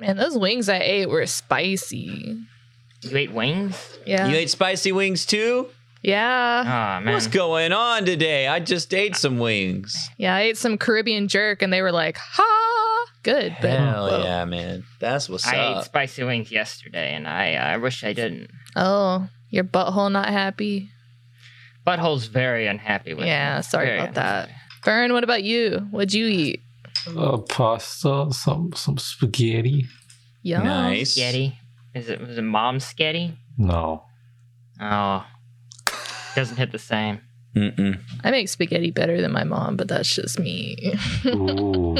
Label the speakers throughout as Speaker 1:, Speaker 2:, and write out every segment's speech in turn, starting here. Speaker 1: Man, those wings I ate were spicy.
Speaker 2: You ate wings?
Speaker 1: Yeah.
Speaker 3: You ate spicy wings too?
Speaker 2: Oh
Speaker 1: yeah.
Speaker 2: man.
Speaker 3: What's going on today? I just ate some wings.
Speaker 1: Yeah, I ate some Caribbean jerk and they were like, ha, good. But
Speaker 3: Hell
Speaker 1: whoa.
Speaker 3: yeah, man. That's what's
Speaker 2: I ate
Speaker 3: up.
Speaker 2: spicy wings yesterday, and I I wish I didn't.
Speaker 1: Oh, your butthole not happy.
Speaker 2: Butthole's very unhappy with.
Speaker 1: Yeah,
Speaker 2: me.
Speaker 1: sorry
Speaker 2: Very
Speaker 1: about that.
Speaker 2: unhappy.
Speaker 1: Fern, what about you? What'd you eat?
Speaker 4: Uh,
Speaker 2: Mm.
Speaker 4: pasta, some some spaghetti.
Speaker 1: Yum.
Speaker 3: Nice.
Speaker 2: Sketty. Is it was it mom sketty?
Speaker 4: No.
Speaker 2: Oh, doesn't hit the same.
Speaker 3: Mm-mm.
Speaker 1: I make spaghetti better than my mom, but that's just me.
Speaker 4: Ooh.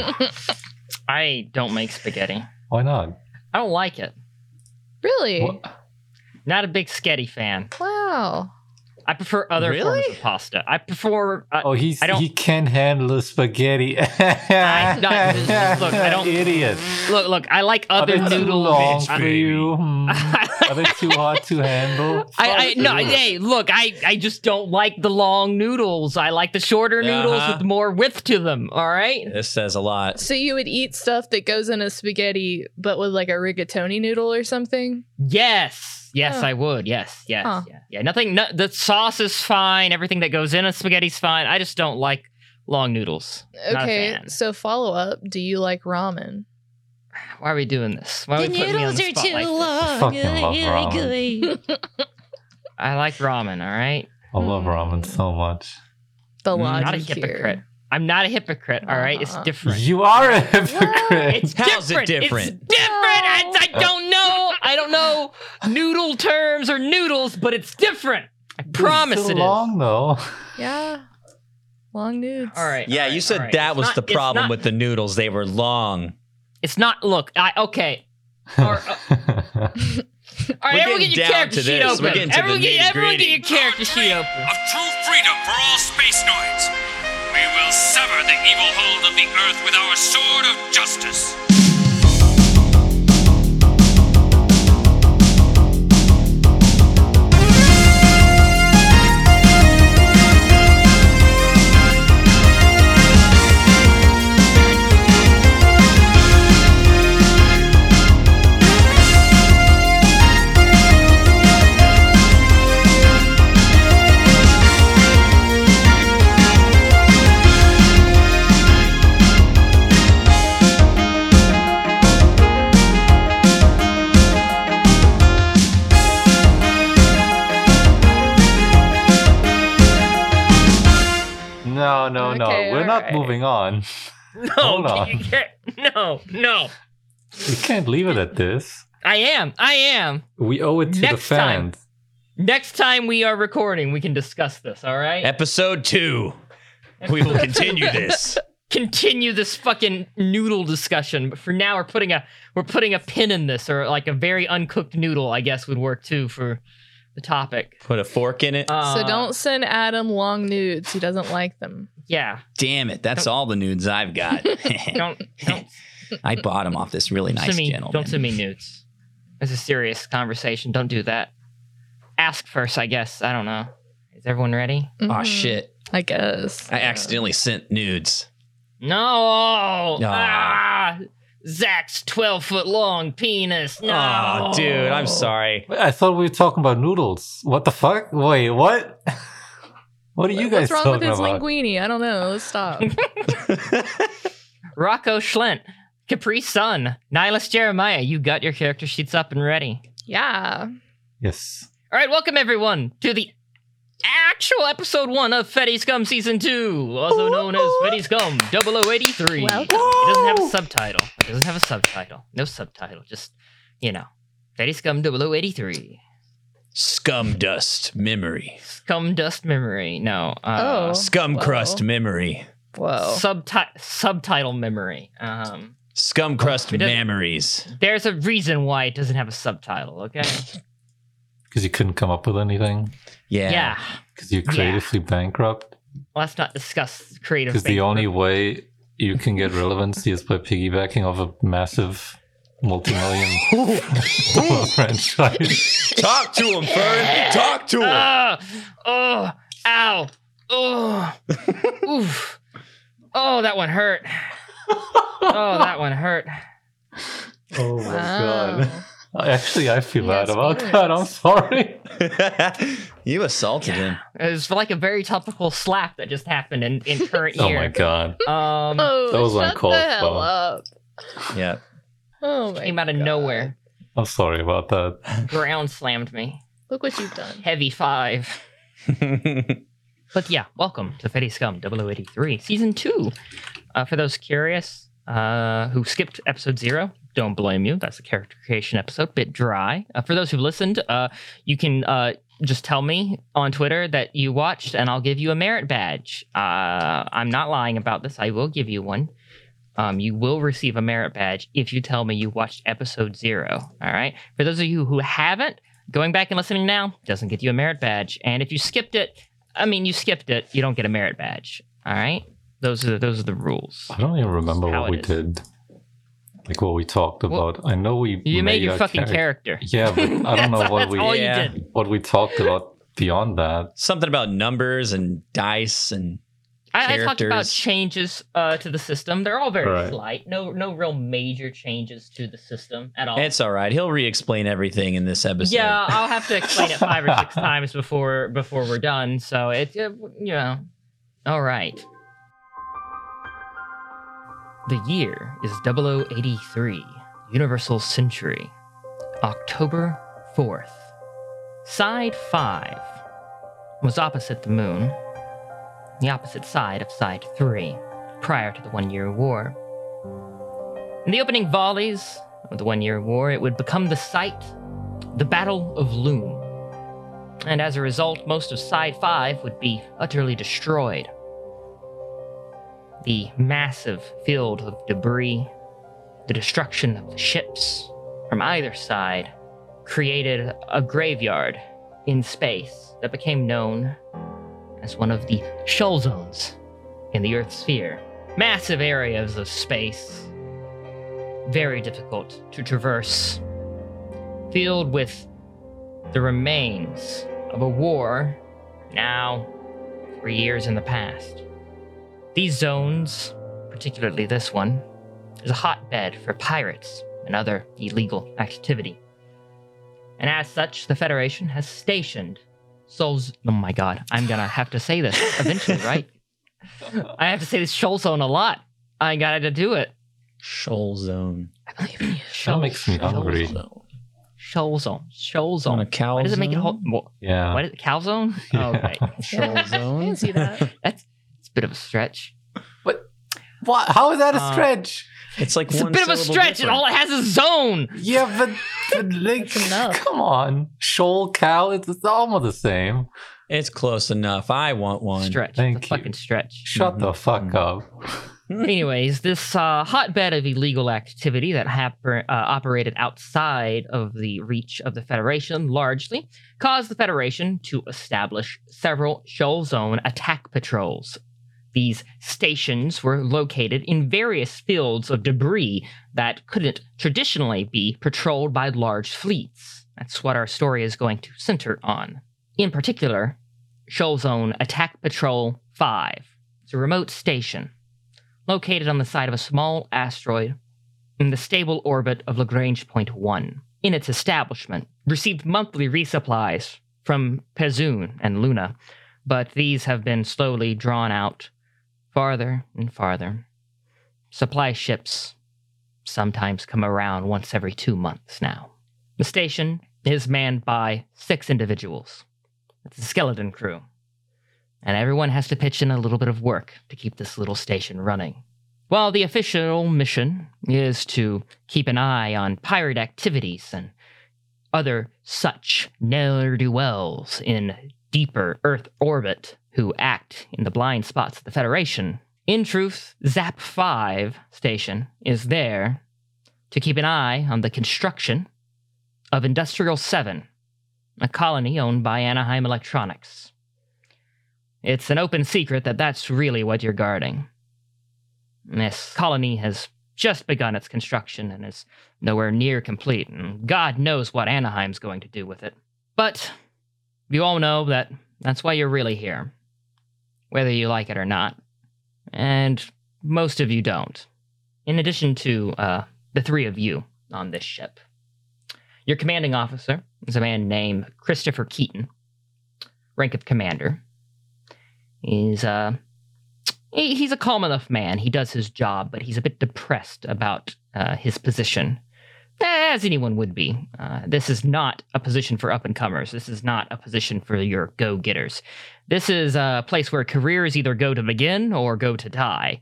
Speaker 2: I don't make spaghetti.
Speaker 4: Why not?
Speaker 2: I don't like it.
Speaker 1: really?
Speaker 4: What?
Speaker 2: Not a big sketty fan.
Speaker 1: Wow.
Speaker 2: I prefer other
Speaker 3: Really?
Speaker 2: forms of pasta. I prefer. Uh,
Speaker 4: Oh, he's
Speaker 2: I don't-
Speaker 4: he can't handle spaghetti.
Speaker 2: I- no, look, I don't-
Speaker 4: Idiot.
Speaker 2: Look, look. I like
Speaker 4: Are
Speaker 2: other
Speaker 4: they too
Speaker 2: noodle.
Speaker 4: long
Speaker 2: I-
Speaker 4: for you? Hmm. Are they too hard to handle?
Speaker 2: I, I
Speaker 4: Fuck
Speaker 2: no
Speaker 4: you.
Speaker 2: hey look I I just don't like the long noodles I like the shorter noodles
Speaker 3: Uh-huh.
Speaker 2: with more width to them all right
Speaker 3: This says a lot.
Speaker 1: So you would eat stuff that goes in a spaghetti, but with like a rigatoni noodle or something?
Speaker 2: yes yes
Speaker 1: Huh.
Speaker 2: I would yes yes
Speaker 1: Huh.
Speaker 2: yeah. yeah nothing no, the sauce is fine everything that goes in a spaghetti's fine I just don't like long noodles Not a
Speaker 1: Okay.
Speaker 2: fan.
Speaker 1: So follow up. Do you like ramen?
Speaker 2: why are we doing this why are we putting me on the spot like this?
Speaker 4: Fucking love ramen.
Speaker 2: I like ramen all right
Speaker 4: I love ramen so much.
Speaker 1: The
Speaker 2: I'm
Speaker 1: logic
Speaker 2: not a
Speaker 1: here.
Speaker 2: hypocrite I'm not a hypocrite all right it's
Speaker 1: Uh-huh.
Speaker 2: different
Speaker 4: You are a hypocrite.
Speaker 2: It's
Speaker 3: How's it
Speaker 2: different.
Speaker 3: different?
Speaker 2: It's different. It's- I don't know. I don't know noodle terms or noodles, but it's different. I promise
Speaker 4: so
Speaker 2: it is.
Speaker 4: long though.
Speaker 1: Yeah. Long nudes.
Speaker 2: All right.
Speaker 3: Yeah,
Speaker 2: all right,
Speaker 3: you
Speaker 2: all
Speaker 3: said
Speaker 2: right.
Speaker 3: that
Speaker 2: It's
Speaker 3: was
Speaker 2: not-
Speaker 3: the
Speaker 2: it's
Speaker 3: problem
Speaker 2: not-
Speaker 3: with the noodles. They were long.
Speaker 2: It's not. Look. I okay. Or- All right,
Speaker 3: We're
Speaker 2: everyone get
Speaker 3: getting
Speaker 2: your
Speaker 3: down
Speaker 2: character
Speaker 3: to
Speaker 2: sheet
Speaker 3: this.
Speaker 2: open.
Speaker 3: We're getting to the
Speaker 2: everyone, get, everyone get
Speaker 3: nitty-gritty.
Speaker 2: your character sheet open.
Speaker 5: of true freedom for all space noids. We will sever the evil hold of the Earth with our sword of justice.
Speaker 4: no, no, no.
Speaker 1: Okay,
Speaker 4: We're not
Speaker 1: alright.
Speaker 4: moving on.
Speaker 2: No,
Speaker 4: Hold on.
Speaker 2: get- no, no.
Speaker 4: We can't leave it at this.
Speaker 2: I am. I am.
Speaker 4: We owe it to the
Speaker 2: Next time.
Speaker 4: fans.
Speaker 2: Next time we are recording, we can discuss this. All right.
Speaker 3: Episode two. We will continue this.
Speaker 2: continue this fucking noodle discussion. But for now, we're putting a we're putting a pin in this, or like a very uncooked noodle, I guess would work too for the topic.
Speaker 3: Put a fork in it.
Speaker 2: Uh,
Speaker 1: So don't send Adam long nudes. He doesn't like them.
Speaker 2: Yeah.
Speaker 3: Damn it. That's all the nudes I've got.
Speaker 2: Don't don't
Speaker 3: I bought them off this really nice
Speaker 2: send me
Speaker 3: gentleman.
Speaker 2: don't send me nudes. It's a serious conversation. Don't do that. Ask first, I guess. I don't know. Is everyone ready?
Speaker 3: Aw,
Speaker 1: Mhm.
Speaker 3: shit.
Speaker 1: I guess.
Speaker 3: I accidentally sent nudes.
Speaker 2: No. Ah, Zach's twelve foot long penis. No,
Speaker 3: Aw, dude, I'm sorry.
Speaker 4: Wait, I thought we were talking about noodles. What the fuck? Wait, what? what are you guys
Speaker 1: What's wrong with
Speaker 4: talking
Speaker 1: his
Speaker 4: about?
Speaker 1: linguini? I don't know. Let's stop.
Speaker 2: Rocco Schlent, Capri Sun, Nihilus Jeremiah. You got your character sheets up and ready.
Speaker 1: yeah.
Speaker 4: yes.
Speaker 2: All right, welcome everyone to the actual episode one of Fetty Scum Season 2, also known as Fetty Scum 0083.
Speaker 1: Welcome.
Speaker 2: It doesn't have a subtitle. It doesn't have a subtitle. No subtitle. Just, you know, Fetty Scum 0083.
Speaker 3: Scum dust memory.
Speaker 2: Scum Dust Memory. No. Uh,
Speaker 1: Oh.
Speaker 3: Scum
Speaker 1: Whoa.
Speaker 3: crust memory.
Speaker 1: Whoa.
Speaker 2: subti- subtitle memory. Um,
Speaker 3: Scum crust
Speaker 2: It doesn't-
Speaker 3: memories.
Speaker 2: there's a reason why it doesn't have a subtitle, okay?
Speaker 4: Because you couldn't come up with anything.
Speaker 3: Yeah.
Speaker 2: yeah.
Speaker 4: Because you're
Speaker 2: Yeah.
Speaker 4: creatively bankrupt.
Speaker 2: Let's not discuss creative
Speaker 4: Because the
Speaker 2: bank-
Speaker 4: only way you can get relevancy is by piggybacking off a massive multi-million franchise.
Speaker 3: Talk to him, Fern. Talk to him.
Speaker 2: Ah! oh, ow, oh, oof, oh, that one hurt. Oh, that one hurt.
Speaker 6: Oh my god.
Speaker 1: Wow.
Speaker 4: Actually, I feel
Speaker 1: You
Speaker 4: bad
Speaker 1: guys
Speaker 4: about
Speaker 1: are
Speaker 4: that. I'm sorry.
Speaker 2: Uh.
Speaker 6: you assaulted him.
Speaker 2: It was like a very topical slap that just happened in, in current
Speaker 4: Oh
Speaker 2: year.
Speaker 4: my god.
Speaker 2: Um,
Speaker 1: Oh,
Speaker 4: That was
Speaker 1: shut
Speaker 4: uncalled
Speaker 1: the hell
Speaker 4: for.
Speaker 1: up.
Speaker 6: Yeah.
Speaker 1: Oh my
Speaker 2: came out of
Speaker 1: God.
Speaker 2: nowhere.
Speaker 4: I'm sorry about that.
Speaker 2: Ground slammed me.
Speaker 1: Look what you've done.
Speaker 2: Heavy five. But yeah, welcome to Fetty Scum 0083, Season 2. Uh, for those curious uh, who skipped episode zero, don't blame you. That's the character creation episode, bit dry. Uh, for those who listened, uh, you can uh, just tell me on Twitter that you watched, and I'll give you a merit badge. Uh, I'm not lying about this. I will give you one. Um, you will receive a merit badge if you tell me you watched episode zero. All right. For those of you who haven't, going back and listening now doesn't get you a merit badge. And if you skipped it, I mean, you skipped it. You don't get a merit badge. All right. Those are those are the rules.
Speaker 4: I don't even remember
Speaker 2: how
Speaker 4: what
Speaker 2: it
Speaker 4: we
Speaker 2: is.
Speaker 4: did. Like what we talked
Speaker 2: Well,
Speaker 4: about. I know we
Speaker 2: You made your
Speaker 4: a
Speaker 2: fucking
Speaker 4: character.
Speaker 2: character.
Speaker 4: Yeah, but I don't know
Speaker 2: That's-
Speaker 4: what
Speaker 2: that's
Speaker 4: we
Speaker 2: all
Speaker 6: Yeah.
Speaker 2: you did.
Speaker 4: what we talked about beyond that.
Speaker 6: Something about numbers and dice and
Speaker 2: I, I talked about
Speaker 6: Characters.
Speaker 2: changes uh, to the system. They're all very
Speaker 4: Right.
Speaker 2: slight. No, no real major changes to the system at all.
Speaker 6: it's all right. He'll re-explain everything in this episode.
Speaker 2: yeah, I'll have to explain it five or six times before before we're done. So it, uh, you know, all right. The year is 0083, Universal Century, October 4th. Side 5 was opposite the moon, the opposite side of Side 3, prior to the One Year War. In the opening volleys of the One Year War, it would become the site the Battle of Loom. And as a result, most of Side 5 would be utterly destroyed. The massive field of debris, the destruction of the ships from either side, created a graveyard in space that became known as one of the Shoal Zones in the Earth sphere. Massive areas of space, very difficult to traverse filled with the remains of a war now three years in the past. These zones, particularly this one, is a hotbed for pirates and other illegal activity. And as such, the Federation has stationed Souls. Oh my god, I'm gonna have to say this eventually, right? I have to say this Shoal Zone a lot. I gotta do it.
Speaker 6: Shoal zone.
Speaker 2: Shoal-
Speaker 4: makes me
Speaker 2: Shoal
Speaker 4: hungry.
Speaker 2: Zone. Shoal Zone. Shoal
Speaker 6: On
Speaker 2: Zone.
Speaker 6: a cow.
Speaker 2: Why does it make it whole?
Speaker 6: zone?
Speaker 2: What,
Speaker 4: Yeah.
Speaker 2: what is it? Cow zone?
Speaker 4: Yeah.
Speaker 2: Oh, right.
Speaker 6: Shoal
Speaker 1: I
Speaker 6: zone.
Speaker 1: can see that.
Speaker 2: That's it's a bit of a stretch.
Speaker 4: What? How is that
Speaker 2: a Uh,
Speaker 4: stretch?
Speaker 6: It's like
Speaker 2: It's
Speaker 6: one
Speaker 2: a bit of a
Speaker 6: syllable
Speaker 2: stretch, and
Speaker 6: different.
Speaker 2: all it has is zone.
Speaker 4: Yeah, but, but like,
Speaker 1: That's enough.
Speaker 4: come on, shoal cow. It's, it's almost the same.
Speaker 6: It's close enough. I want one.
Speaker 2: Stretch.
Speaker 4: Thank
Speaker 2: it's
Speaker 4: you.
Speaker 2: a fucking stretch.
Speaker 4: Shut the fuck up.
Speaker 2: Mm-hmm. Anyways, this uh, hotbed of illegal activity that hap- uh, operated outside of the reach of the Federation largely caused the Federation to establish several shoal zone attack patrols. These stations were located in various fields of debris that couldn't traditionally be patrolled by large fleets. That's what our story is going to center on. In particular, Shoal Zone Attack Patrol 5. It's a remote station located on the side of a small asteroid in the stable orbit of Lagrange Point 1. In its establishment, received monthly resupplies from Pezun and Luna, but these have been slowly drawn out farther and farther. Supply ships sometimes come around once every two months now. The station is manned by six individuals. It's a skeleton crew and everyone has to pitch in a little bit of work to keep this little station running. While the official mission is to keep an eye on pirate activities and other such ne'er do wells in deeper Earth orbit who act in the blind spots of the Federation, in truth, ZAP 5 station is there to keep an eye on the construction of Industrial 7, a colony owned by Anaheim Electronics. It's an open secret that that's really what you're guarding. This colony has just begun its construction and is nowhere near complete, and God knows what Anaheim's going to do with it. But you all know that that's why you're really here, whether you like it or not. And most of you don't. In addition to uh, the three of you on this ship. Your commanding officer is a man named Christopher Keaton, rank of commander. He's uh, he- he's a calm enough man. He does his job, but he's a bit depressed about uh, his position, as anyone would be. Uh, this is not a position for up and comers. This is not a position for your go getters. This is a place where careers either go to begin or go to die.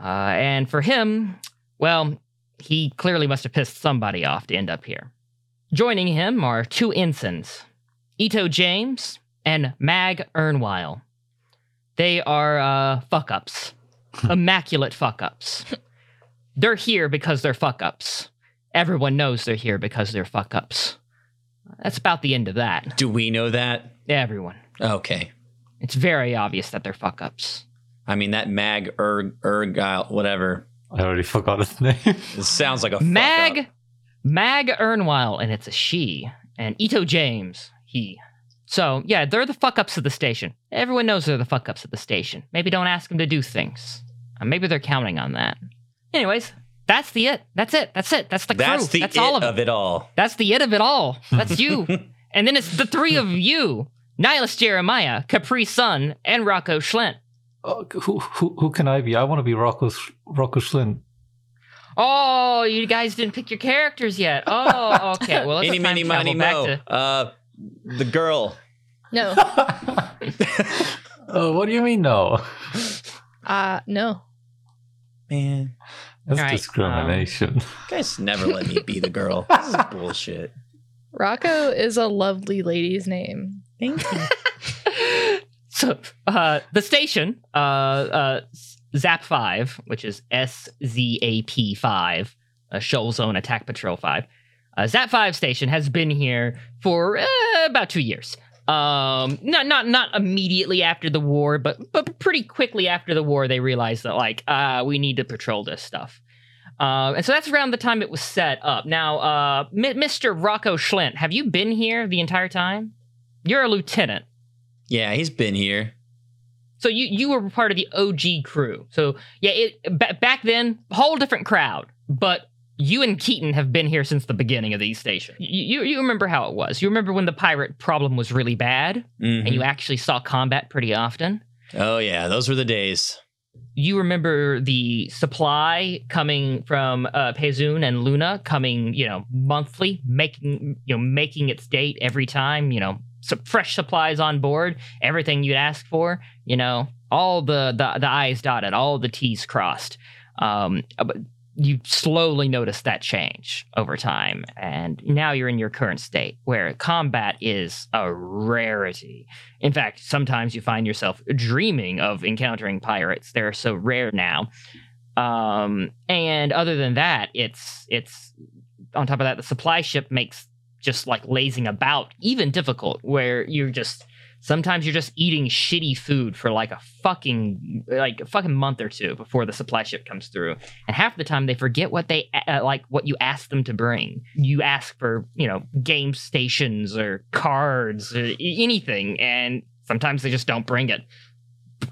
Speaker 2: Uh, and for him, well, he clearly must have pissed somebody off to end up here. Joining him are two ensigns, Ito James and Mag Ernwile. They are uh, fuck ups, immaculate fuck ups. They're here because they're fuck ups. Everyone knows they're here because they're fuck ups. That's about the end of that.
Speaker 6: Do we know that?
Speaker 2: Everyone.
Speaker 6: Okay.
Speaker 2: It's very obvious that they're fuck ups.
Speaker 6: I mean, that Mag Erg, Ergyle, whatever,
Speaker 4: I already forgot his name.
Speaker 6: it sounds like a fuck
Speaker 2: Mag,
Speaker 6: up.
Speaker 2: Mag Ernwile, and it's a she, and Ito James, he. So yeah, they're the fuck ups of the station. Everyone knows they're the fuck ups of the station. Maybe don't ask them to do things. Uh, maybe they're counting on that. Anyways, that's the it. That's it. That's it. That's the crew.
Speaker 6: That's the
Speaker 2: that's
Speaker 6: it
Speaker 2: all
Speaker 6: of,
Speaker 2: of it.
Speaker 6: it all.
Speaker 2: That's the it of it all. That's you. and then it's the three of you: Nihilus Jeremiah, Capri Sun, and Rocco Schlent.
Speaker 4: Oh, who, who who can I be? I want to be Rocco Sch- Rocco Schlin.
Speaker 2: Oh, you guys didn't pick your characters yet. Oh, okay. Well, let's
Speaker 6: Any,
Speaker 2: time
Speaker 6: mini,
Speaker 2: travel
Speaker 6: money,
Speaker 2: back
Speaker 6: mo.
Speaker 2: to
Speaker 6: Uh, the girl.
Speaker 1: No.
Speaker 4: Oh, what do you mean no?
Speaker 1: Uh no.
Speaker 6: Man,
Speaker 4: That's
Speaker 2: Right, um,
Speaker 4: discrimination.
Speaker 6: you guys never let me be the girl. This is bullshit.
Speaker 1: Rocco is a lovely lady's name.
Speaker 6: Thank you.
Speaker 2: so uh, the station, uh, uh, Zap Five, which is S Z A P Five, uh, Shoal Zone Attack Patrol Five, uh, Zap Five station has been here for uh, about two years. Um, not not not immediately after the war, but but pretty quickly after the war, they realized that like uh, we need to patrol this stuff. Uh, and so that's around the time it was set up. Now, uh, M- Mr. Rocco Schlint, have you been here the entire time? You're a lieutenant.
Speaker 6: yeah, he's been here.
Speaker 2: So you you were part of the OG crew. So yeah, it ba- back then whole different crowd, but you and Keaton have been here since the beginning of these stations. You you, you remember how it was. You remember when the pirate problem was really bad
Speaker 6: Mhm.
Speaker 2: and you actually saw combat pretty often.
Speaker 6: oh, yeah, those were the days.
Speaker 2: You remember the supply coming from uh Pezun and Luna coming, you know, monthly, making you know making its date every time, you know, so fresh supplies on board everything you'd ask for. You know, all the the, the I's dotted, all the T's crossed. Um, but you slowly notice that change over time, and now you're in your current state where combat is a rarity. In fact, sometimes you find yourself dreaming of encountering pirates. They're so rare now. Um, and other than that, it's it's on top of that, the supply ship makes just like lazing about even difficult where you're just Sometimes you're just eating shitty food for like a fucking like a fucking month or two before the supply ship comes through, and half the time they forget what they uh, like what you asked them to bring. You ask for you know game stations or cards or a- anything, and sometimes they just don't bring it.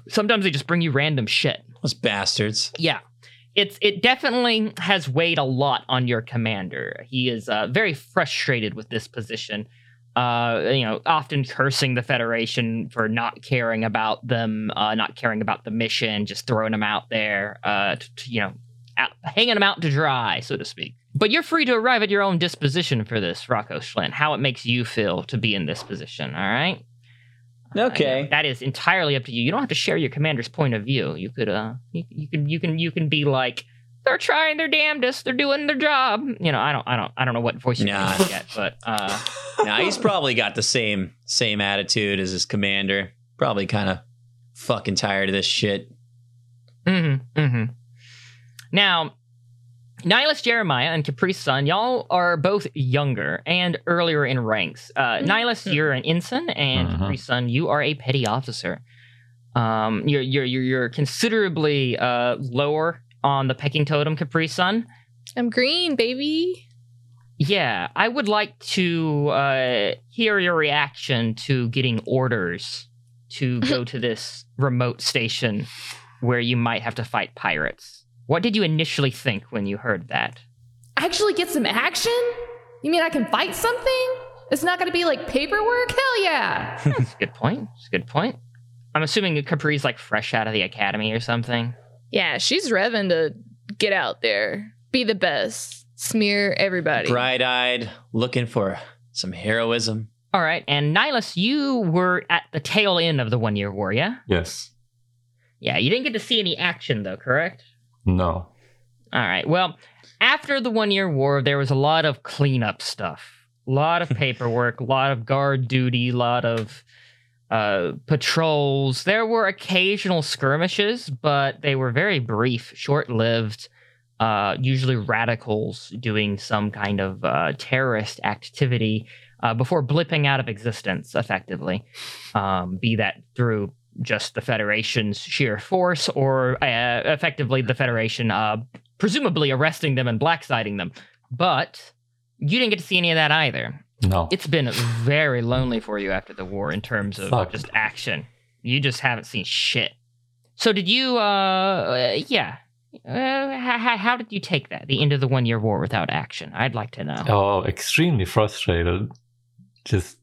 Speaker 2: Sometimes they just bring you random shit.
Speaker 6: Those bastards.
Speaker 2: Yeah. It's it definitely has weighed a lot on your commander. He is uh, very frustrated with this position. Uh, you know, often cursing the Federation for not caring about them, uh, not caring about the mission, just throwing them out there, uh, t- t- you know, out, hanging them out to dry, so to speak. But you're free to arrive at your own disposition for this, Rocco Schlin. How it makes you feel to be in this position, all right? Uh,
Speaker 6: Okay.
Speaker 2: that is entirely up to you. You don't have to share your commander's point of view. You could, uh, you, you can, you can, you can be like, they're trying their damnedest. They're doing their job. You know, I don't, I don't, I don't know what voice you're
Speaker 6: Nah.
Speaker 2: gonna get, but uh,
Speaker 6: now, he's probably got the same same attitude as his commander. Probably kind of fucking tired of this shit.
Speaker 2: hmm hmm Now, Nihilus Jeremiah and Caprice Sun, y'all are both younger and earlier in ranks. Uh, Nihilus, you're an ensign, and
Speaker 6: Mm-hmm.
Speaker 4: Mhm.
Speaker 2: Caprice Sun, you are a petty officer. Um, you're you're you're, you're considerably uh, lower on the pecking totem, Caprice Sun.
Speaker 1: I'm green, baby.
Speaker 2: Yeah, I would like to uh, hear your reaction to getting orders to go to this remote station where you might have to fight pirates. What did you initially think when you heard that?
Speaker 7: actually get some action? You mean I can fight something? It's not gonna be like paperwork? Hell yeah!
Speaker 2: That's a good point. That's a good point. I'm assuming Capri's like fresh out of the academy or something.
Speaker 1: Yeah, she's revving to get out there, be the best, smear everybody.
Speaker 6: Bright eyed, looking for some heroism.
Speaker 2: All right, and Nihilus, you were at the tail end of the one year war, yeah?
Speaker 4: Yes.
Speaker 2: Yeah, you didn't get to see any action though, correct?
Speaker 4: No.
Speaker 2: All right. Well, after the one year war, there was a lot of cleanup stuff, a lot of paperwork, a lot of guard duty, a lot of uh, patrols. There were occasional skirmishes, but they were very brief, short lived. Uh, usually radicals doing some kind of uh, terrorist activity uh, before blipping out of existence, effectively. Um, be that through just the Federation's sheer force or uh, effectively the Federation uh, presumably arresting them and blacksiding them. But you didn't get to see any of that either.
Speaker 4: No.
Speaker 2: It's been very lonely for you after the war in terms of
Speaker 4: Fuck.
Speaker 2: just action. You just haven't seen shit. So did you? Uh, uh, yeah. Uh, how, how did you take that? The end of the one year war without action. I'd like to know.
Speaker 4: Oh, extremely frustrated. Just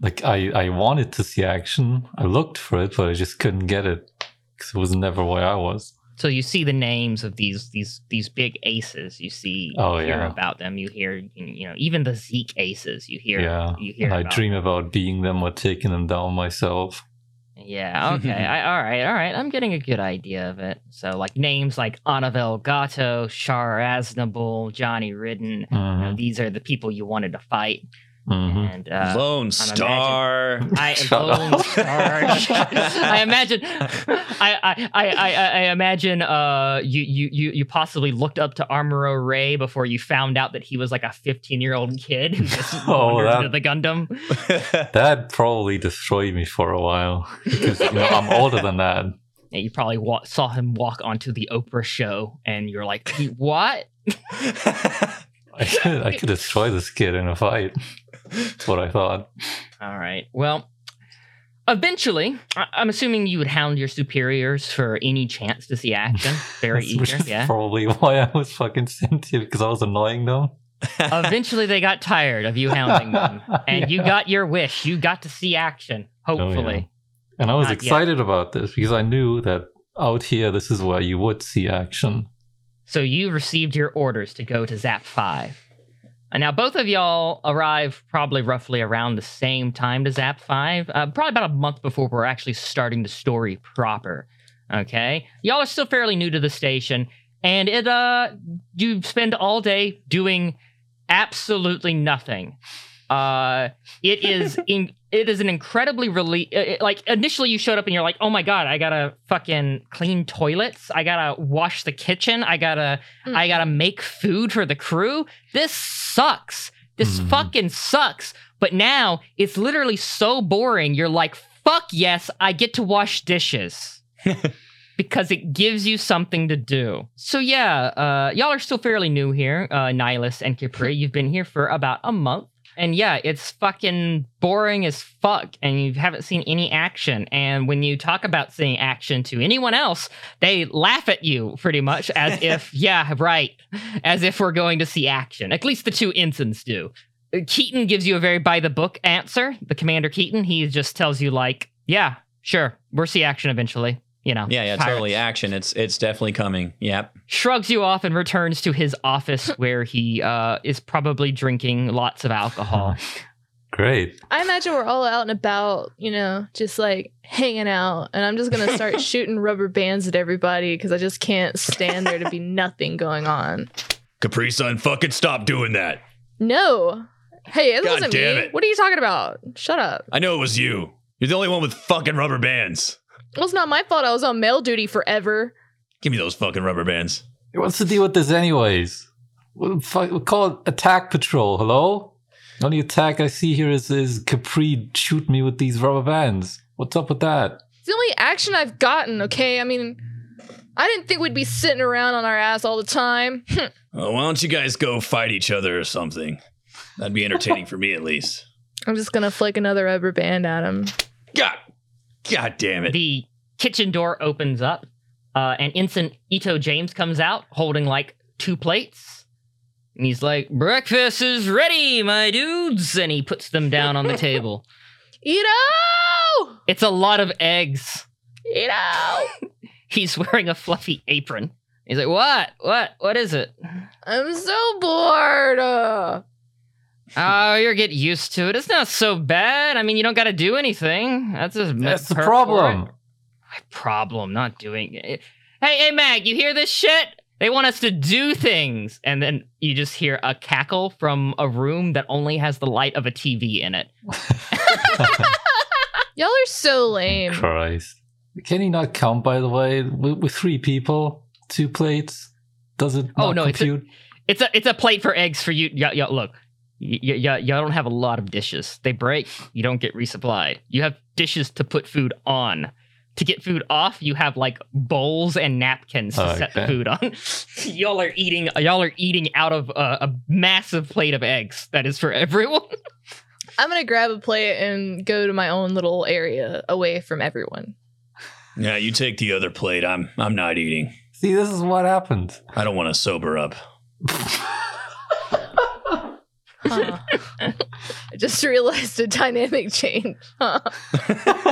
Speaker 4: like I, I wanted to see action. I looked for it, but I just couldn't get it because it was never where I was.
Speaker 2: So you see the names of these these these big aces. You see, you
Speaker 4: Oh,
Speaker 2: hear
Speaker 4: yeah.
Speaker 2: about them. You hear, you know, even the Zeke aces. You hear,
Speaker 4: yeah.
Speaker 2: you hear.
Speaker 4: And I
Speaker 2: about.
Speaker 4: dream about being them or taking them down myself.
Speaker 2: Yeah. Okay. I, all right. All right. I'm getting a good idea of it. So like names like Anavel Gato, Shar Aznable, Johnny Ridden. You know,
Speaker 4: Mhm.
Speaker 2: these are the people you wanted to fight.
Speaker 4: Mhm.
Speaker 2: And uh,
Speaker 6: Lone Star.
Speaker 2: I
Speaker 4: Shut
Speaker 2: Lone
Speaker 4: up.
Speaker 2: Star. I imagine. I I, I, I I imagine. Uh, you you you you possibly looked up to Armor Ray before you found out that he was like a 15 year old kid who just
Speaker 4: Oh,
Speaker 2: wandered
Speaker 4: that-
Speaker 2: into the Gundam.
Speaker 4: That probably destroyed me for a while because you know, I'm older than that.
Speaker 2: And you probably wa- saw him walk onto the Oprah show, and you're like, "He- what?
Speaker 4: I could, I could destroy this kid in a fight. That's what I thought.
Speaker 2: All right. Well, eventually, I- I'm assuming you would hound your superiors for any chance to see action. Very
Speaker 4: That's- which
Speaker 2: eager.
Speaker 4: is
Speaker 2: Yeah.
Speaker 4: probably why I was fucking sent here because I was annoying them.
Speaker 2: Eventually, they got tired of you hounding them, and you got your wish. You got to see action,
Speaker 4: Oh, yeah.
Speaker 2: hopefully.
Speaker 4: And I was
Speaker 2: Not yet.
Speaker 4: excited about this because I knew that out here, this is where you would see action.
Speaker 2: So you received your orders to go to Zap 5. And now both of y'all arrive probably roughly around the same time to Zap 5, uh, probably about a month before we're actually starting the story proper. Okay? Y'all are still fairly new to the station, and it uh you spend all day doing absolutely nothing. Uh it is in it is an incredibly really like initially you showed up and you're like oh my god i gotta fucking clean toilets i gotta wash the kitchen i gotta
Speaker 1: Mm.
Speaker 2: i gotta make food for the crew this sucks this
Speaker 4: Mhm.
Speaker 2: fucking sucks but now it's literally so boring you're like fuck yes i get to wash dishes because it gives you something to do. So yeah, uh, y'all are still fairly new here, uh, Nihilus and Capri. You've been here for about a month, and yeah, it's fucking boring as fuck, and you haven't seen any action. And when you talk about seeing action to anyone else, they laugh at you pretty much as if yeah, right, as if we're going to see action. At least the two ensigns do. Uh, Keaton gives you a very by the book answer. The commander Keaton, he just tells you like, yeah, sure, we'll see action eventually. You know,
Speaker 6: yeah, yeah,
Speaker 2: pirates
Speaker 6: totally action. It's it's definitely coming. Yep.
Speaker 2: shrugs you off and returns to his office where he uh, is probably drinking lots of alcohol.
Speaker 4: Great.
Speaker 1: I imagine we're all out and about, you know, just like hanging out, and I'm just gonna start shooting rubber bands at everybody because I just can't stand there to be nothing going on.
Speaker 5: Capri Sun, fucking stop doing that.
Speaker 1: No, hey, it
Speaker 5: God
Speaker 1: wasn't me.
Speaker 5: damn it.
Speaker 1: What are you talking about? Shut up.
Speaker 5: I know it was you. You're the only one with fucking rubber bands.
Speaker 1: Well, it's not my fault. I was on mail duty forever.
Speaker 5: Give me those fucking rubber bands.
Speaker 4: Hey, What's the deal with this, anyways? We'll, fi- we'll call it attack patrol. Hello? The only attack I see here is, is Capri shoot me with these rubber bands. What's up with that?
Speaker 1: It's the only action I've gotten. Okay, I mean, I didn't think we'd be sitting around on our ass all the time.
Speaker 5: Uh, why don't you guys go fight each other or something? That'd be entertaining for me at least.
Speaker 1: I'm just gonna flick another rubber band at him.
Speaker 5: God, God damn it!
Speaker 2: the kitchen door opens up, uh, and Ensign Ito James comes out holding like two plates. And he's like, Breakfast is ready, my dudes. And he puts them down on the table.
Speaker 1: Ito!
Speaker 2: It's a lot of eggs.
Speaker 1: Ito!
Speaker 2: He's wearing a fluffy apron. He's like, What? What? What is it?
Speaker 1: I'm so bored. Uh,
Speaker 2: Oh, you'll get used to it. It's not so bad. I mean, you don't got to do anything. That's just
Speaker 4: That's the problem.
Speaker 2: problem, not doing it. Hey, hey, Mag, you hear this shit? They want us to do things. And then you just hear a cackle from a room that only has the light of a TV in it.
Speaker 1: y'all are so lame.
Speaker 4: Christ. Can he not count, by the way? With, with three people, two plates, does it
Speaker 2: Oh,
Speaker 4: not
Speaker 2: no, it's a-
Speaker 4: compute?
Speaker 2: It's a it's a plate for eggs for you. Y'all, y'all look, y- y- y'all- y'all don't have a lot of dishes. They break. You don't get resupplied. You have dishes to put food on. To get food off, you have like bowls and napkins to set the
Speaker 4: Okay.
Speaker 2: food on. y'all are eating. Y'all are eating out of uh, a massive plate of eggs that is for everyone.
Speaker 1: I'm gonna grab a plate and go to my own little area away from everyone.
Speaker 5: Yeah, you take the other plate. I'm I'm not eating.
Speaker 4: See, this is what happened.
Speaker 5: I don't want to sober up.
Speaker 1: Huh. I just realized a dynamic change. Huh.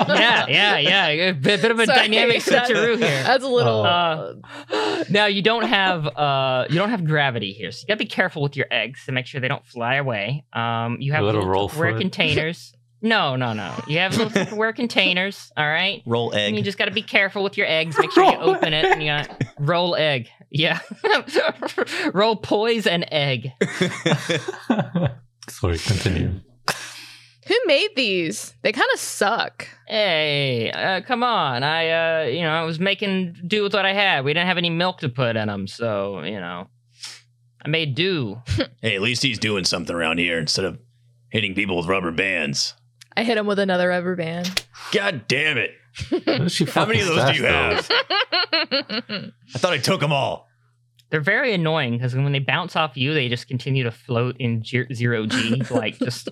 Speaker 2: yeah, yeah, yeah. A bit, bit of a
Speaker 1: Sorry,
Speaker 2: dynamic
Speaker 1: that-
Speaker 2: switcheroo here.
Speaker 1: That's a little.
Speaker 2: Uh, now you don't have uh you don't have gravity here, so you gotta be careful with your eggs to make sure they don't fly away. Um, you have
Speaker 4: Let it
Speaker 2: little
Speaker 4: roll
Speaker 2: Tupperware
Speaker 4: for it.
Speaker 2: containers. no, no, no. You have little Tupperware containers. All right.
Speaker 6: Roll
Speaker 2: And you
Speaker 6: egg.
Speaker 2: just gotta be careful with your eggs. Make sure you
Speaker 4: Roll
Speaker 2: open it and you gotta roll egg. Yeah. roll poise and egg.
Speaker 4: Sorry, continue.
Speaker 1: Who made these? They kind of suck.
Speaker 2: Hey, uh, come on. I, uh, you know, I was making do with what I had. We didn't have any milk to put in them, so, you know, I made do.
Speaker 5: Hey, at least he's doing something around here instead of hitting people with rubber bands.
Speaker 1: I hit him with another rubber band.
Speaker 5: God damn it!
Speaker 4: She
Speaker 5: How many of
Speaker 4: fucking
Speaker 5: those do you
Speaker 4: stashed
Speaker 5: have? I thought I took them all.
Speaker 2: They're very annoying because when they bounce off you, they just continue to float in ger- zero G. like, just,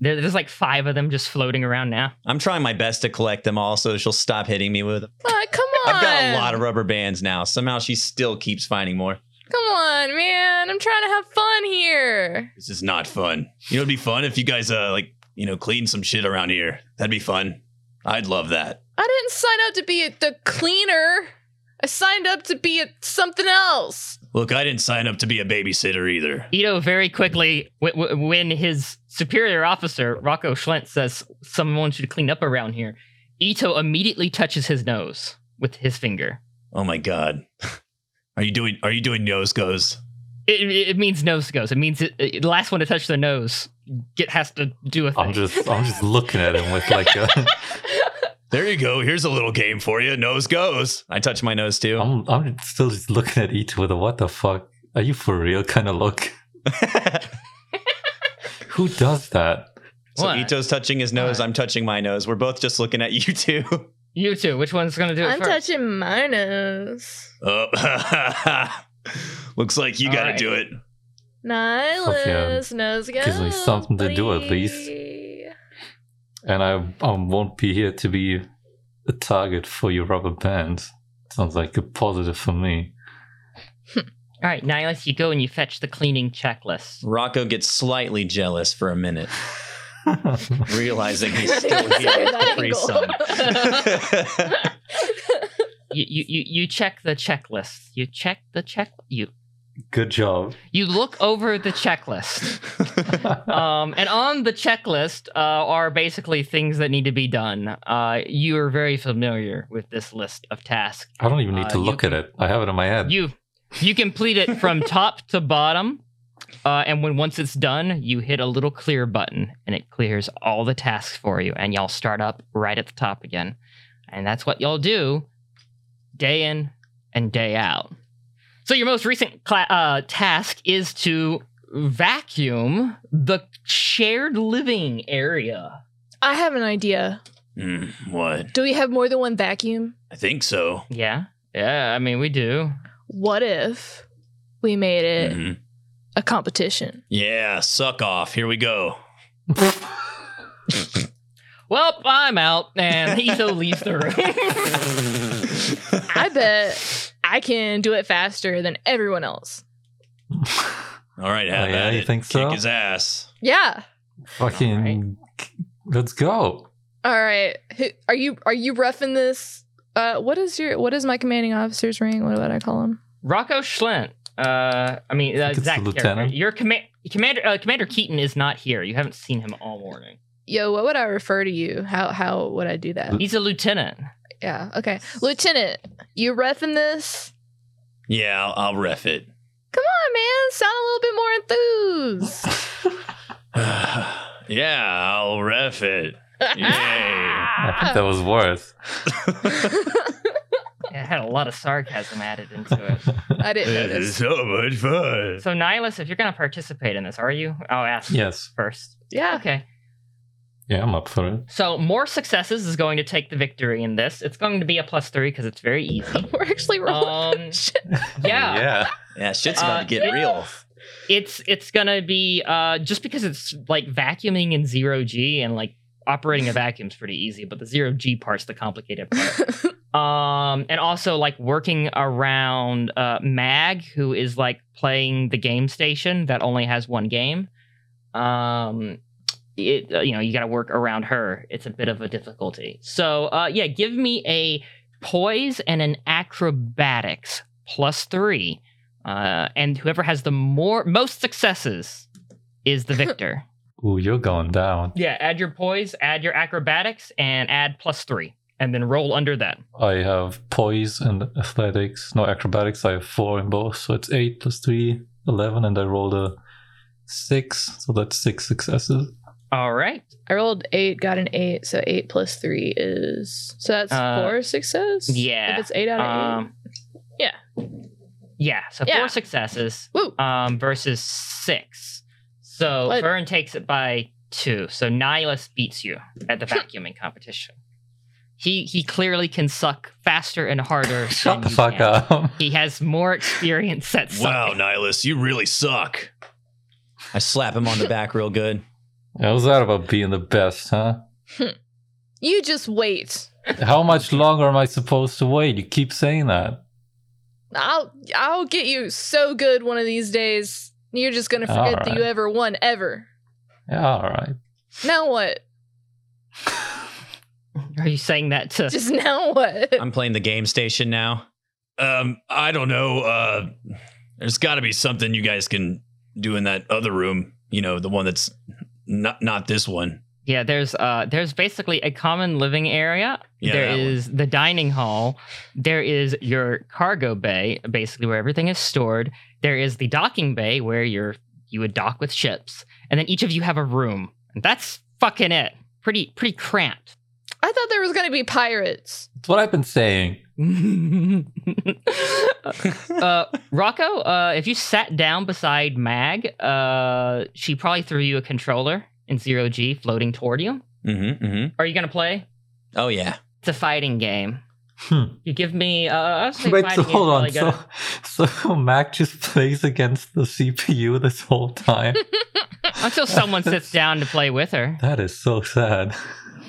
Speaker 2: there, there's like five of them just floating around now.
Speaker 6: I'm trying my best to collect them all so she'll stop hitting me with them.
Speaker 1: Ah, come on.
Speaker 6: I've got a lot of rubber bands now. Somehow she still keeps finding more.
Speaker 1: Come on, man. I'm trying to have fun here.
Speaker 5: This is not fun. You know, it'd be fun if you guys, uh, like, you know, clean some shit around here. That'd be fun. I'd love that.
Speaker 1: I didn't sign up to be a, the cleaner. I signed up to be a, something else.
Speaker 5: Look, I didn't sign up to be a babysitter either.
Speaker 2: Ito very quickly, w- w- when his superior officer, Rocco Schlent, says someone should clean up around here, Ito immediately touches his nose with his finger.
Speaker 5: Oh my god. Are you doing? Are you doing nose goes?
Speaker 2: It, it it means nose goes. It means it, it- the last one to touch their nose get has to do a thing.
Speaker 4: I'm just, I'm just looking at him with like, a,
Speaker 5: There you go. Here's a little game for you. Nose goes.
Speaker 6: I touch my nose too.
Speaker 4: I'm, I'm still just looking at each with a what the fuck? Are you for real kind of look? Who does that?
Speaker 6: so
Speaker 2: What?
Speaker 6: Ito's touching his nose.
Speaker 2: What?
Speaker 6: I'm touching my nose. We're both just looking at you two.
Speaker 2: you two, which one's gonna do it
Speaker 1: I'm
Speaker 2: first?
Speaker 1: touching my nose.
Speaker 5: Oh, looks like you
Speaker 2: All
Speaker 5: got to
Speaker 2: right.
Speaker 5: do it.
Speaker 1: Nyla's nose goes.
Speaker 4: gives me something to do at least.
Speaker 1: buddy.
Speaker 4: And I, I won't be here to be a target for your rubber band. Sounds like a positive for me.
Speaker 2: All right, Nihilus, you go and you fetch the cleaning checklist.
Speaker 6: Rocco gets slightly jealous for a minute,
Speaker 4: I
Speaker 6: realizing he's still
Speaker 1: Sorry,
Speaker 6: here with
Speaker 1: that
Speaker 6: Capri
Speaker 1: angle.
Speaker 6: Sun.
Speaker 2: You, you you you check the checklist. You check the check. You
Speaker 4: Good job.
Speaker 2: you look over the checklist. um, and on the checklist uh, are basically things that need to be done. Uh, you are very familiar with this list of tasks.
Speaker 4: I don't even need
Speaker 2: Uh,
Speaker 4: to
Speaker 2: you
Speaker 4: look
Speaker 2: can-
Speaker 4: at it. I have it in my head.
Speaker 2: you you complete it from top to bottom uh, and when once it's done you hit a little clear button and it clears all the tasks for you and y'all start up right at the top again and that's what y'all do day in and day out so your most recent cla- uh, task is to vacuum the shared living area
Speaker 1: I have an idea.
Speaker 5: Hmm, what?
Speaker 1: Do we have more than one vacuum?
Speaker 5: I think so.
Speaker 2: yeah yeah i mean we do
Speaker 1: What if we made
Speaker 4: Mm-hmm.
Speaker 1: it
Speaker 6: Mm-hmm.
Speaker 5: Mhm.
Speaker 1: a competition?
Speaker 5: Yeah, suck off. Here we go.
Speaker 2: well i'm out and Etho leaves the room
Speaker 1: I bet I can do it faster than everyone else.
Speaker 6: All right, have
Speaker 4: Oh, yeah,
Speaker 6: at
Speaker 4: you
Speaker 6: it.
Speaker 4: think
Speaker 6: Kick
Speaker 4: so?
Speaker 6: his ass.
Speaker 1: Yeah.
Speaker 4: Fucking, let's go.
Speaker 1: All right. Who, are you are you roughing this? Uh, what is your what is my commanding officer's rank? What do I call him?
Speaker 2: Rocco Schlent. Uh, I mean, uh,
Speaker 4: Think it's
Speaker 2: Zach.
Speaker 4: the
Speaker 2: character.
Speaker 4: lieutenant.
Speaker 2: Your command, commander, uh, Commander Keaton is not here. You haven't seen him all morning.
Speaker 1: Yo, what would I refer to you? How how would I do that?
Speaker 2: He's a lieutenant.
Speaker 1: Yeah. Okay, Lieutenant, you roughing this?
Speaker 6: Yeah, I'll, I'll ref it.
Speaker 1: Come on, man. Sound a little bit more enthused.
Speaker 6: yeah, I'll ref it. Yay.
Speaker 4: I think
Speaker 2: Ah.
Speaker 4: that was worse.
Speaker 2: It had a lot of sarcasm added into
Speaker 1: I didn't know this.
Speaker 6: so much fun.
Speaker 2: it. so, Nihilus, if you're going to participate in this, are you? I'll ask
Speaker 4: Yes.
Speaker 2: first.
Speaker 1: Yeah.
Speaker 2: Okay.
Speaker 4: Yeah, I'm up for it.
Speaker 2: So, more successes is going to take the victory in this. It's going to be a plus three because it's very easy.
Speaker 1: We're actually rolling.
Speaker 2: Um,
Speaker 1: Shit.
Speaker 2: yeah.
Speaker 4: Yeah.
Speaker 6: Yeah, shit's about
Speaker 2: Uh,
Speaker 6: to get real.
Speaker 2: it's it's gonna be uh just because it's like vacuuming in zero g and like operating a vacuum's pretty easy but the zero g part's the complicated part um and also like working around uh mag who is like playing the game station that only has one game um it uh, you know you gotta work around her it's a bit of a difficulty so uh yeah give me a poise and an acrobatics plus three uh, and whoever has the more most successes is the victor.
Speaker 4: Ooh, you're going down.
Speaker 2: yeah, add your poise, add your acrobatics, and add plus three, and then roll under that.
Speaker 4: I have poise and athletics. No, acrobatics. I have four in both. So it's eight plus three, 11. And I rolled a six. So that's six successes.
Speaker 2: All right.
Speaker 1: I rolled eight, got an eight, so eight plus three is so that's
Speaker 2: Uh,
Speaker 1: four success.
Speaker 2: yeah.
Speaker 1: if it's eight out of eight.
Speaker 2: Um,
Speaker 1: Yeah.
Speaker 2: Yeah. So
Speaker 1: Yeah.
Speaker 2: four successes
Speaker 1: Woo.
Speaker 2: um, versus six. So
Speaker 1: What?
Speaker 2: Vern takes it by two. So Nihilus beats you at the vacuuming competition. He he clearly can suck faster and harder. than
Speaker 4: Shut the
Speaker 2: you
Speaker 4: fuck
Speaker 2: can.
Speaker 4: up.
Speaker 2: He has more experience at sucking.
Speaker 6: Wow, Nihilus, you really suck. I slap him on the back real good.
Speaker 4: How's that about being the best, huh?
Speaker 1: You just wait.
Speaker 4: How much longer am I supposed to wait? You keep saying that.
Speaker 1: I'll I'll get you so good one of these days. You're just gonna forget that you
Speaker 4: Alright.
Speaker 1: ever won ever.
Speaker 4: Yeah, all right.
Speaker 1: Now what?
Speaker 2: Are you saying that to
Speaker 1: Just now what?
Speaker 6: I'm playing the game station now. Um, I don't know. Uh, there's got to be something you guys can do in that other room. You know, the one that's not not this one.
Speaker 2: Yeah, there's uh there's basically a common living area.
Speaker 6: Yeah,
Speaker 2: there
Speaker 6: that one.
Speaker 2: is the dining hall. There is your cargo bay, basically where everything is stored. There is the docking bay where you're you would dock with ships. And then each of you have a room. And that's fucking it. Pretty pretty cramped.
Speaker 1: I thought there was gonna be pirates.
Speaker 4: That's what I've been saying.
Speaker 2: uh, Rocco, uh, if you sat down beside Mag, uh, she probably threw you a controller in zero G floating toward you.
Speaker 6: Mm-hmm, mm-hmm.
Speaker 2: Are you gonna play?
Speaker 6: Oh yeah.
Speaker 2: It's a fighting game.
Speaker 4: Hmm.
Speaker 2: You give me. Uh, I was
Speaker 4: Wait, so
Speaker 2: fighting
Speaker 4: hold
Speaker 2: game's
Speaker 4: on.
Speaker 2: really good.
Speaker 4: So, so Mac just plays against the CPU this whole time.
Speaker 2: uh, until someone sits down to play with her.
Speaker 4: that is so sad.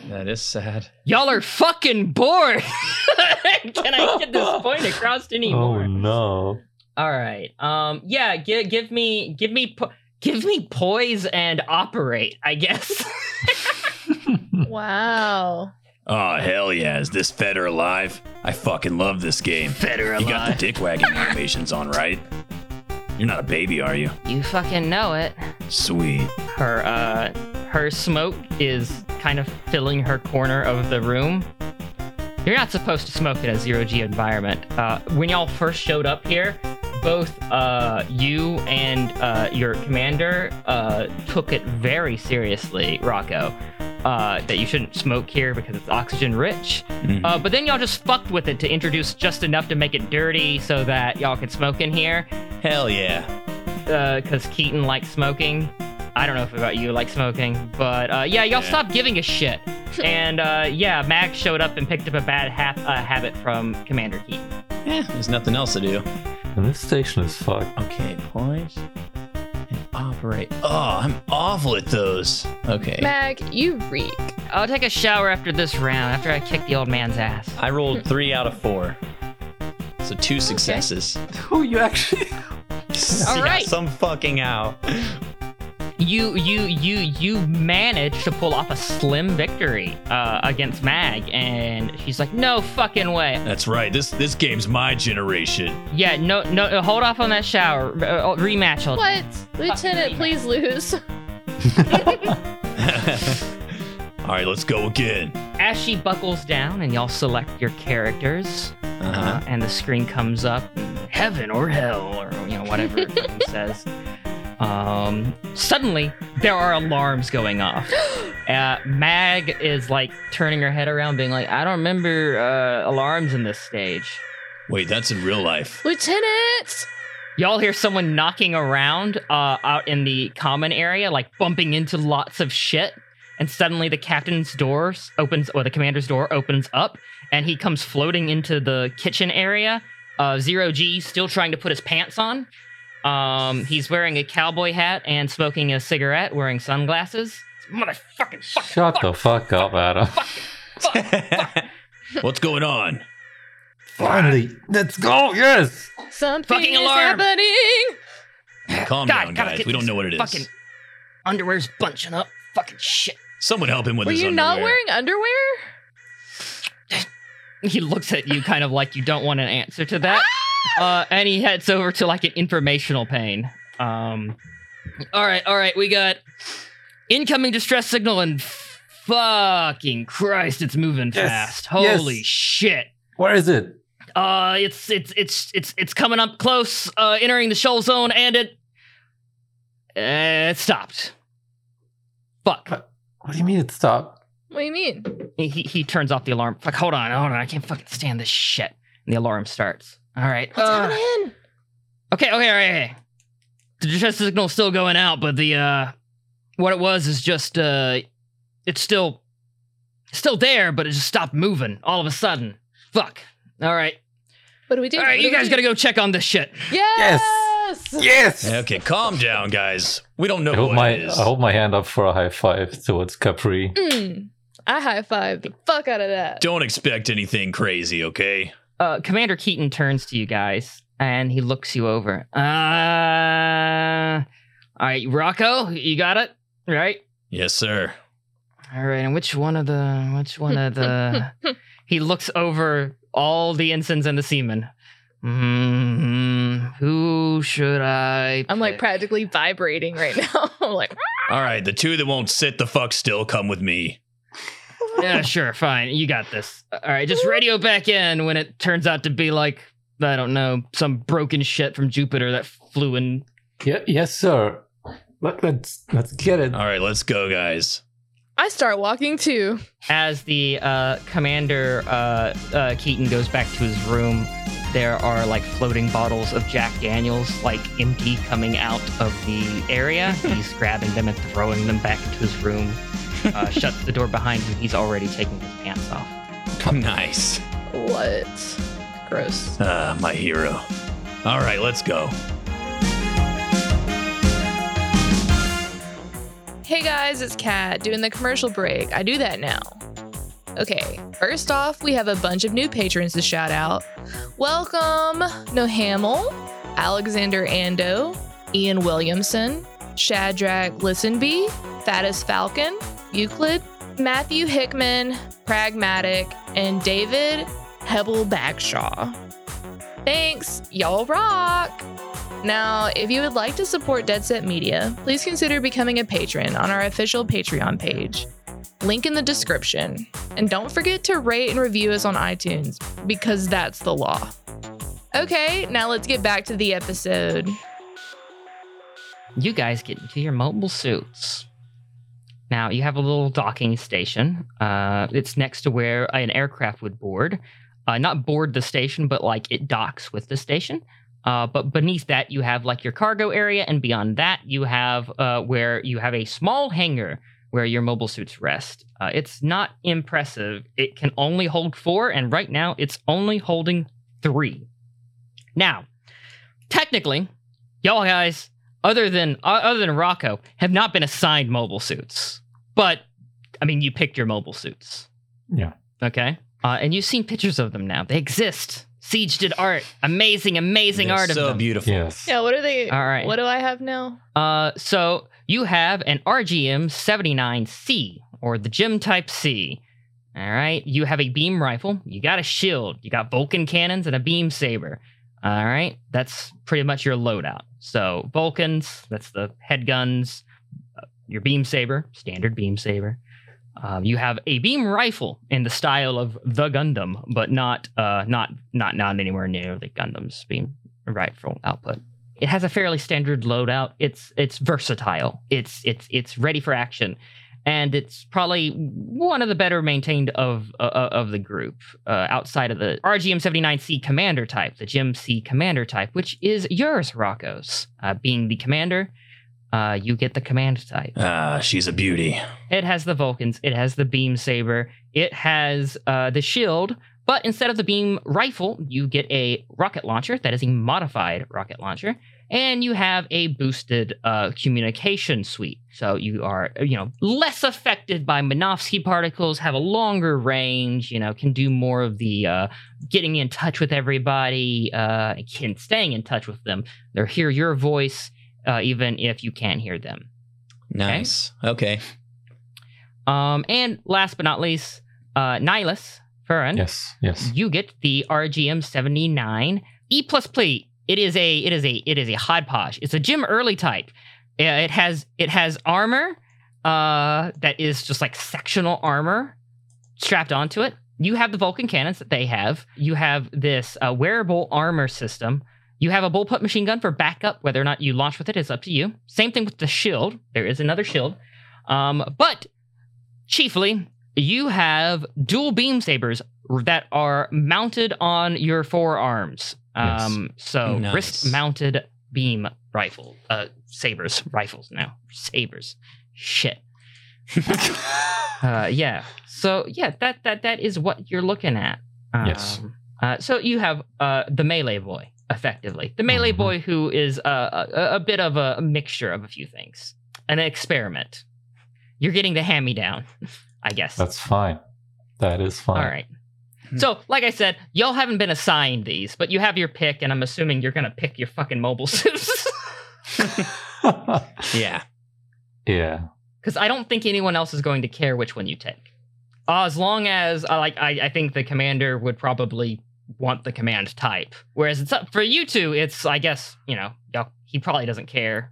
Speaker 6: That is sad.
Speaker 2: Y'all are fucking bored. Can I get this point across anymore?
Speaker 4: Oh no.
Speaker 2: All right. Um. Yeah. Give give me give me po- give me poise and operate. I guess. Hmm.
Speaker 1: Wow.
Speaker 6: Oh hell yeah! Is this Feder alive? I fucking love this game. Feder You got the dick wagging animations on, right? You're not a baby, are you?
Speaker 2: you fucking know it.
Speaker 6: Sweet.
Speaker 2: Her uh her smoke is kind of filling her corner of the room. You're not supposed to smoke in a zero G environment. Uh, when y'all first showed up here, both uh, you and uh, your commander uh, took it very seriously, Rocco, uh, that you shouldn't smoke here because it's oxygen rich.
Speaker 6: Mhm.
Speaker 2: Uh, but then y'all just fucked with it to introduce just enough to make it dirty so that y'all could smoke in here
Speaker 6: Hell yeah.
Speaker 2: because uh, Keaton likes smoking. I don't know if about you like smoking, but uh, yeah, y'all
Speaker 6: Yeah.
Speaker 2: stopped giving a shit. and uh, yeah, Max showed up and picked up a bad hap- uh, habit from Commander Keaton.
Speaker 6: Yeah, there's nothing else to do.
Speaker 4: And this station is fucked.
Speaker 6: Okay, point and operate. Oh, I'm awful at those. Okay.
Speaker 1: Mag, you reek.
Speaker 2: I'll take a shower after this round, after I kick the old man's ass.
Speaker 6: I rolled three out of four. So two successes.
Speaker 4: Oh, you actually
Speaker 2: All
Speaker 8: Yeah,
Speaker 2: right.
Speaker 8: Some fucking out.
Speaker 2: you you you you manage to pull off a slim victory uh, against Mag, and she's like, "No fucking way!
Speaker 6: That's right. This this game's my generation.
Speaker 2: Yeah, no, no, hold off on that shower uh, rematch." I'll-
Speaker 1: What? Lieutenant, please lose.
Speaker 6: All right, let's go again.
Speaker 2: As she buckles down, and y'all select your characters,
Speaker 6: Uh-huh.
Speaker 2: uh, and the screen comes up, and heaven or hell, or you know whatever it fucking says. Um, suddenly, there are alarms going off. Uh, Mag is like turning her head around, being like, "I don't remember uh, alarms in this stage."
Speaker 6: Wait, that's in real life.
Speaker 1: Lieutenant!
Speaker 2: Y'all hear someone knocking around uh, out in the common area, like bumping into lots of shit. And suddenly the captain's door opens, or the commander's door opens up, and he comes floating into the kitchen area. Uh, Zero G still trying to put his pants on. Um, he's wearing a cowboy hat and smoking a cigarette, wearing sunglasses. Motherfucking fuck,
Speaker 4: Shut the fuck up, Adam.
Speaker 6: What's going on?
Speaker 4: Finally, let's go. Oh, Yes.
Speaker 1: Something
Speaker 2: Fucking
Speaker 1: is
Speaker 2: alarm.
Speaker 1: happening!
Speaker 6: Calm
Speaker 2: God,
Speaker 6: down,
Speaker 2: gotta
Speaker 6: guys.
Speaker 2: get
Speaker 6: We don't
Speaker 2: this
Speaker 6: know what it is.
Speaker 2: fucking- underwear's bunching up. Fucking shit.
Speaker 6: Someone help him with
Speaker 1: Were
Speaker 6: his
Speaker 1: you
Speaker 6: underwear.
Speaker 1: not wearing underwear?
Speaker 2: he looks at you kind of like you don't want an answer to that uh, and he heads over to like an informational pane um, all right all right we got incoming distress signal and fucking christ it's moving
Speaker 4: Yes,
Speaker 2: fast
Speaker 4: yes.
Speaker 2: holy shit
Speaker 4: Where is it?
Speaker 2: uh it's it's it's it's it's coming up close uh entering the shoal zone and it uh, it stopped fuck
Speaker 4: What do you mean it stopped?
Speaker 1: What do you mean?
Speaker 2: he, he turns off the alarm. Fuck, hold on, hold on. I can't fucking stand this shit. And the alarm starts. All right.
Speaker 1: What's
Speaker 2: uh,
Speaker 1: happening?
Speaker 2: Okay, okay, all right, all right. The distress signal's still going out, but the uh what it was is just uh it's still still there, but it just stopped moving all of a sudden. Fuck. All right.
Speaker 1: What do we do?
Speaker 2: All right, you guys got
Speaker 1: gotta
Speaker 2: to go check on this shit.
Speaker 1: Yes! yes!
Speaker 4: Yes.
Speaker 6: Okay, calm down, guys. We don't know
Speaker 4: I hold
Speaker 6: what
Speaker 4: my
Speaker 6: it is.
Speaker 4: I hold my hand up for a high five towards Capri.
Speaker 1: Mm, I high five the fuck out of that.
Speaker 6: Don't expect anything crazy, okay?
Speaker 2: Uh Commander Keaton turns to you guys and he looks you over. Uh All right, Rocco, you got it? Right?
Speaker 6: Yes, sir.
Speaker 2: All right, and which one of the which one of the he looks over all the ensigns and the seamen. hmm Who should I?
Speaker 1: I'm like
Speaker 2: pick?
Speaker 1: practically vibrating right now. I'm like,
Speaker 6: All right, the two that won't sit the fuck still come with me.
Speaker 2: yeah, sure, fine, you got this. All right, just radio back in when it turns out to be like I don't know some broken shit from Jupiter that flew in.
Speaker 4: Yeah, yes, sir. Let, let's let's get it.
Speaker 6: All right, let's go, guys.
Speaker 1: I start walking too.
Speaker 2: As the uh, commander uh, uh, Keaton goes back to his room, there are like floating bottles of Jack Daniels, like empty, coming out of the area. He's grabbing them and throwing them back into his room. Uh, shuts the door behind him. He's already taking his pants off.
Speaker 6: Nice.
Speaker 1: What? Gross.
Speaker 6: Ah, my hero. All right, let's go.
Speaker 1: Hey guys, it's Kat doing the commercial break. I do that now. Okay, first off, we have a bunch of new patrons to shout out. Welcome Nohamel, Alexander Ando, Ian Williamson, Shadrach Listenby, Fatus Falcon, Euclid, Matthew Hickman, Pragmatic, and David Hebel Bagshaw. Thanks, y'all rock! Now, if you would like to support Dead Set Media, please consider becoming a patron on our official Patreon page. Link in the description. And don't forget to rate and review us on iTunes because that's the law. Okay, now let's get back to the episode.
Speaker 2: you guys get into your mobile suits. Now you have a little docking station. Uh, it's next to where an aircraft would board, uh, not board the station, but like it docks with the station. Uh, but beneath that, you have like your cargo area, and beyond that, you have uh, where you have a small hangar where your mobile suits rest. Uh, it's not impressive. It can only hold four, and right now it's only holding three. Now, technically, y'all guys other than uh, other than Rocco, have not been assigned mobile suits. But I mean, you picked your mobile suits.
Speaker 4: Yeah.
Speaker 2: Okay. Uh, and you've seen pictures of them now. They exist. Siege did art. Amazing, amazing
Speaker 6: They're
Speaker 2: art of
Speaker 6: so
Speaker 2: them.
Speaker 6: beautiful.
Speaker 4: Yes.
Speaker 1: Yeah, what are they?
Speaker 2: All right.
Speaker 1: What do I have now?
Speaker 2: Uh, so you have an RGM 79C or the gem type C. All right. You have a beam rifle. You got a shield. You got Vulcan cannons and a beam saber. All right. That's pretty much your loadout. So Vulcans, that's the head guns, uh, your beam saber, standard beam saber. Um, you have a beam rifle in the style of the Gundam, but not uh, not not not anywhere near the Gundam's beam rifle output it has a fairly standard loadout. It's it's versatile. It's it's it's ready for action, and it's probably one of the better maintained of uh, of the group uh, outside of the RGM seventy nine C commander type, the Gem C commander type, which is yours, Rocco's. Uh, being the commander, uh, you get the command type.
Speaker 6: Ah, she's a beauty.
Speaker 2: It has the Vulcans. It has the beam saber. It has uh, the shield. But instead of the beam rifle, you get a rocket launcher that is a modified rocket launcher, and you have a boosted uh, communication suite. So you are, you know, less affected by Minovsky particles, have a longer range, you know, can do more of the uh, getting in touch with everybody, uh, can staying in touch with them. They'll hear your voice uh, even if you can't hear them.
Speaker 6: Nice. Okay.
Speaker 2: Um, and last but not least, uh, Nihilus, Furin,
Speaker 4: Yes. Yes.
Speaker 2: you get the RGM 79 E plus plate. It is a it is a it is a hodgepodge. It's a Jim Early type. Uh, It has it has armor uh, that is just like sectional armor strapped onto it. You have the Vulcan cannons that they have. You have this uh, wearable armor system. You have a bullpup machine gun for backup. Whether or not you launch with it is up to you. Same thing with the shield. There is another shield, um, but chiefly you have dual beam sabers that are mounted on your forearms. Um, So
Speaker 6: Nice.
Speaker 2: wrist mounted beam rifle, uh, sabers, rifles now, sabers. Shit. uh, yeah. So yeah, that that that is what you're looking at. Um,
Speaker 4: Yes.
Speaker 2: Uh, so you have uh, the melee boy, effectively the melee
Speaker 4: Mhm.
Speaker 2: boy who is uh, a, a, a bit of a mixture of a few things, an experiment. You're getting the hand me down, I guess.
Speaker 4: That's fine. That is fine.
Speaker 2: All right. So, like I said, y'all haven't been assigned these, but you have your pick, and I'm assuming you're gonna pick your fucking mobile suits.
Speaker 6: Yeah.
Speaker 4: yeah.
Speaker 2: because I don't think anyone else is going to care which one you take. Uh, as long as uh, like I, I think the commander would probably want the command type. Whereas it's up for you two, it's I guess you know y'all, he probably doesn't care.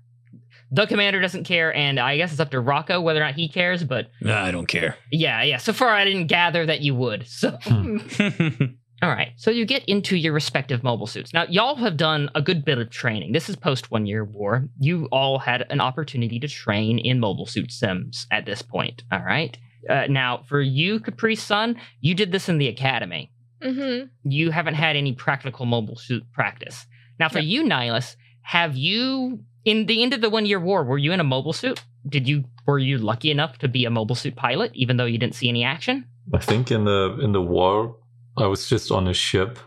Speaker 2: The commander doesn't care, and I guess it's up to Rocco whether or not he cares. But
Speaker 6: I don't care.
Speaker 2: yeah, yeah. So far, I didn't gather that you would. So.
Speaker 4: Hmm.
Speaker 2: All right, so you get into your respective mobile suits. Now, y'all have done a good bit of training. This is post one year war. You all had an opportunity to train in mobile suit sims at this point. All right. Uh, now, for you, Capri Sun, you did this in the academy.
Speaker 1: Mm-hmm.
Speaker 2: You haven't had any practical mobile suit practice. Now, for you, Nihilus, have you in the end of the one year war? Were you in a mobile suit? Did you were you lucky enough to be a mobile suit pilot, even though you didn't see any action?
Speaker 4: I think in the in the war, I was just on a ship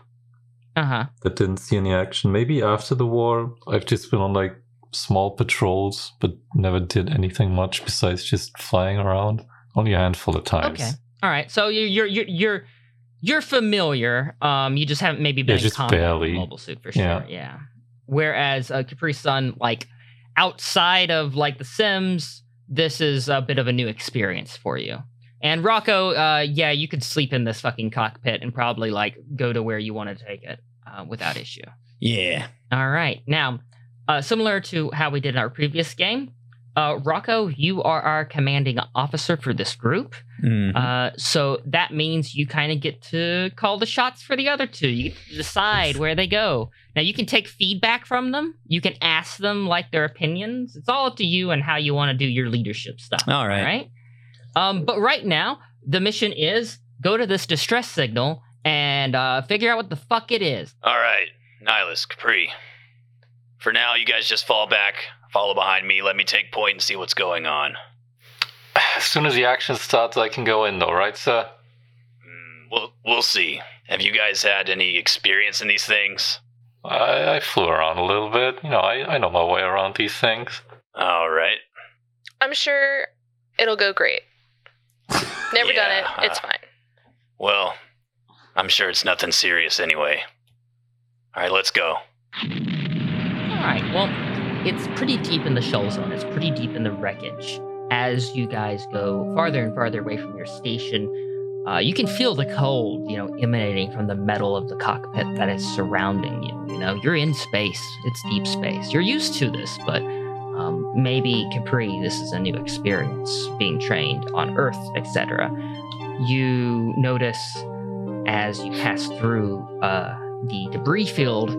Speaker 2: Uh huh.
Speaker 4: that didn't see any action. Maybe after the war, I've just been on like small patrols, but never did anything much besides just flying around. Only a handful of times.
Speaker 2: Okay. All right. So you're you're you're you're, you're familiar. Um, you just haven't maybe been
Speaker 4: Yeah,
Speaker 2: in
Speaker 4: just
Speaker 2: combat with
Speaker 4: barely.
Speaker 2: mobile suit for sure.
Speaker 4: Yeah.
Speaker 2: Yeah. Whereas uh, Capri Sun, like outside of like the Sims, this is a bit of a new experience for you. And Rocco, uh, yeah, you could sleep in this fucking cockpit and probably like go to where you want to take it uh, without issue.
Speaker 6: yeah.
Speaker 2: All right. Now, uh, similar to how we did in our previous game, uh, Rocco, you are our commanding officer for this group.
Speaker 6: Mm.
Speaker 2: Uh, so that means you kind of get to call the shots for the other two. You get to decide where they go. Now you can take feedback from them. You can ask them like their opinions. It's all up to you and how you want to do your leadership stuff.
Speaker 6: All right.
Speaker 2: All right. Um, but right now the mission is go to this distress signal and uh, figure out what the fuck it is.
Speaker 5: All right, Nihilus, Capri. For now, you guys just fall back, follow behind me, let me take point and see what's going on.
Speaker 4: As soon as the action starts, I can go in, though, right, sir?
Speaker 5: Mm, We'll, we'll see. Have you guys had any experience in these things?
Speaker 4: I, I flew around a little bit. You know, I, I know my way around these things.
Speaker 5: All right.
Speaker 1: I'm sure it'll go great. Never done
Speaker 5: Yeah.
Speaker 1: it. It's fine.
Speaker 5: Well, I'm sure it's nothing serious anyway. All right, let's go.
Speaker 2: All right. Well, it's pretty deep in the shoal zone. It's pretty deep in the wreckage. As you guys go farther and farther away from your station, uh, you can feel the cold, you know, emanating from the metal of the cockpit that is surrounding you. You know, you're in space. It's deep space. You're used to this, but um, maybe Capri, this is a new experience. Being trained on Earth, etc. You notice as you pass through uh, the debris field,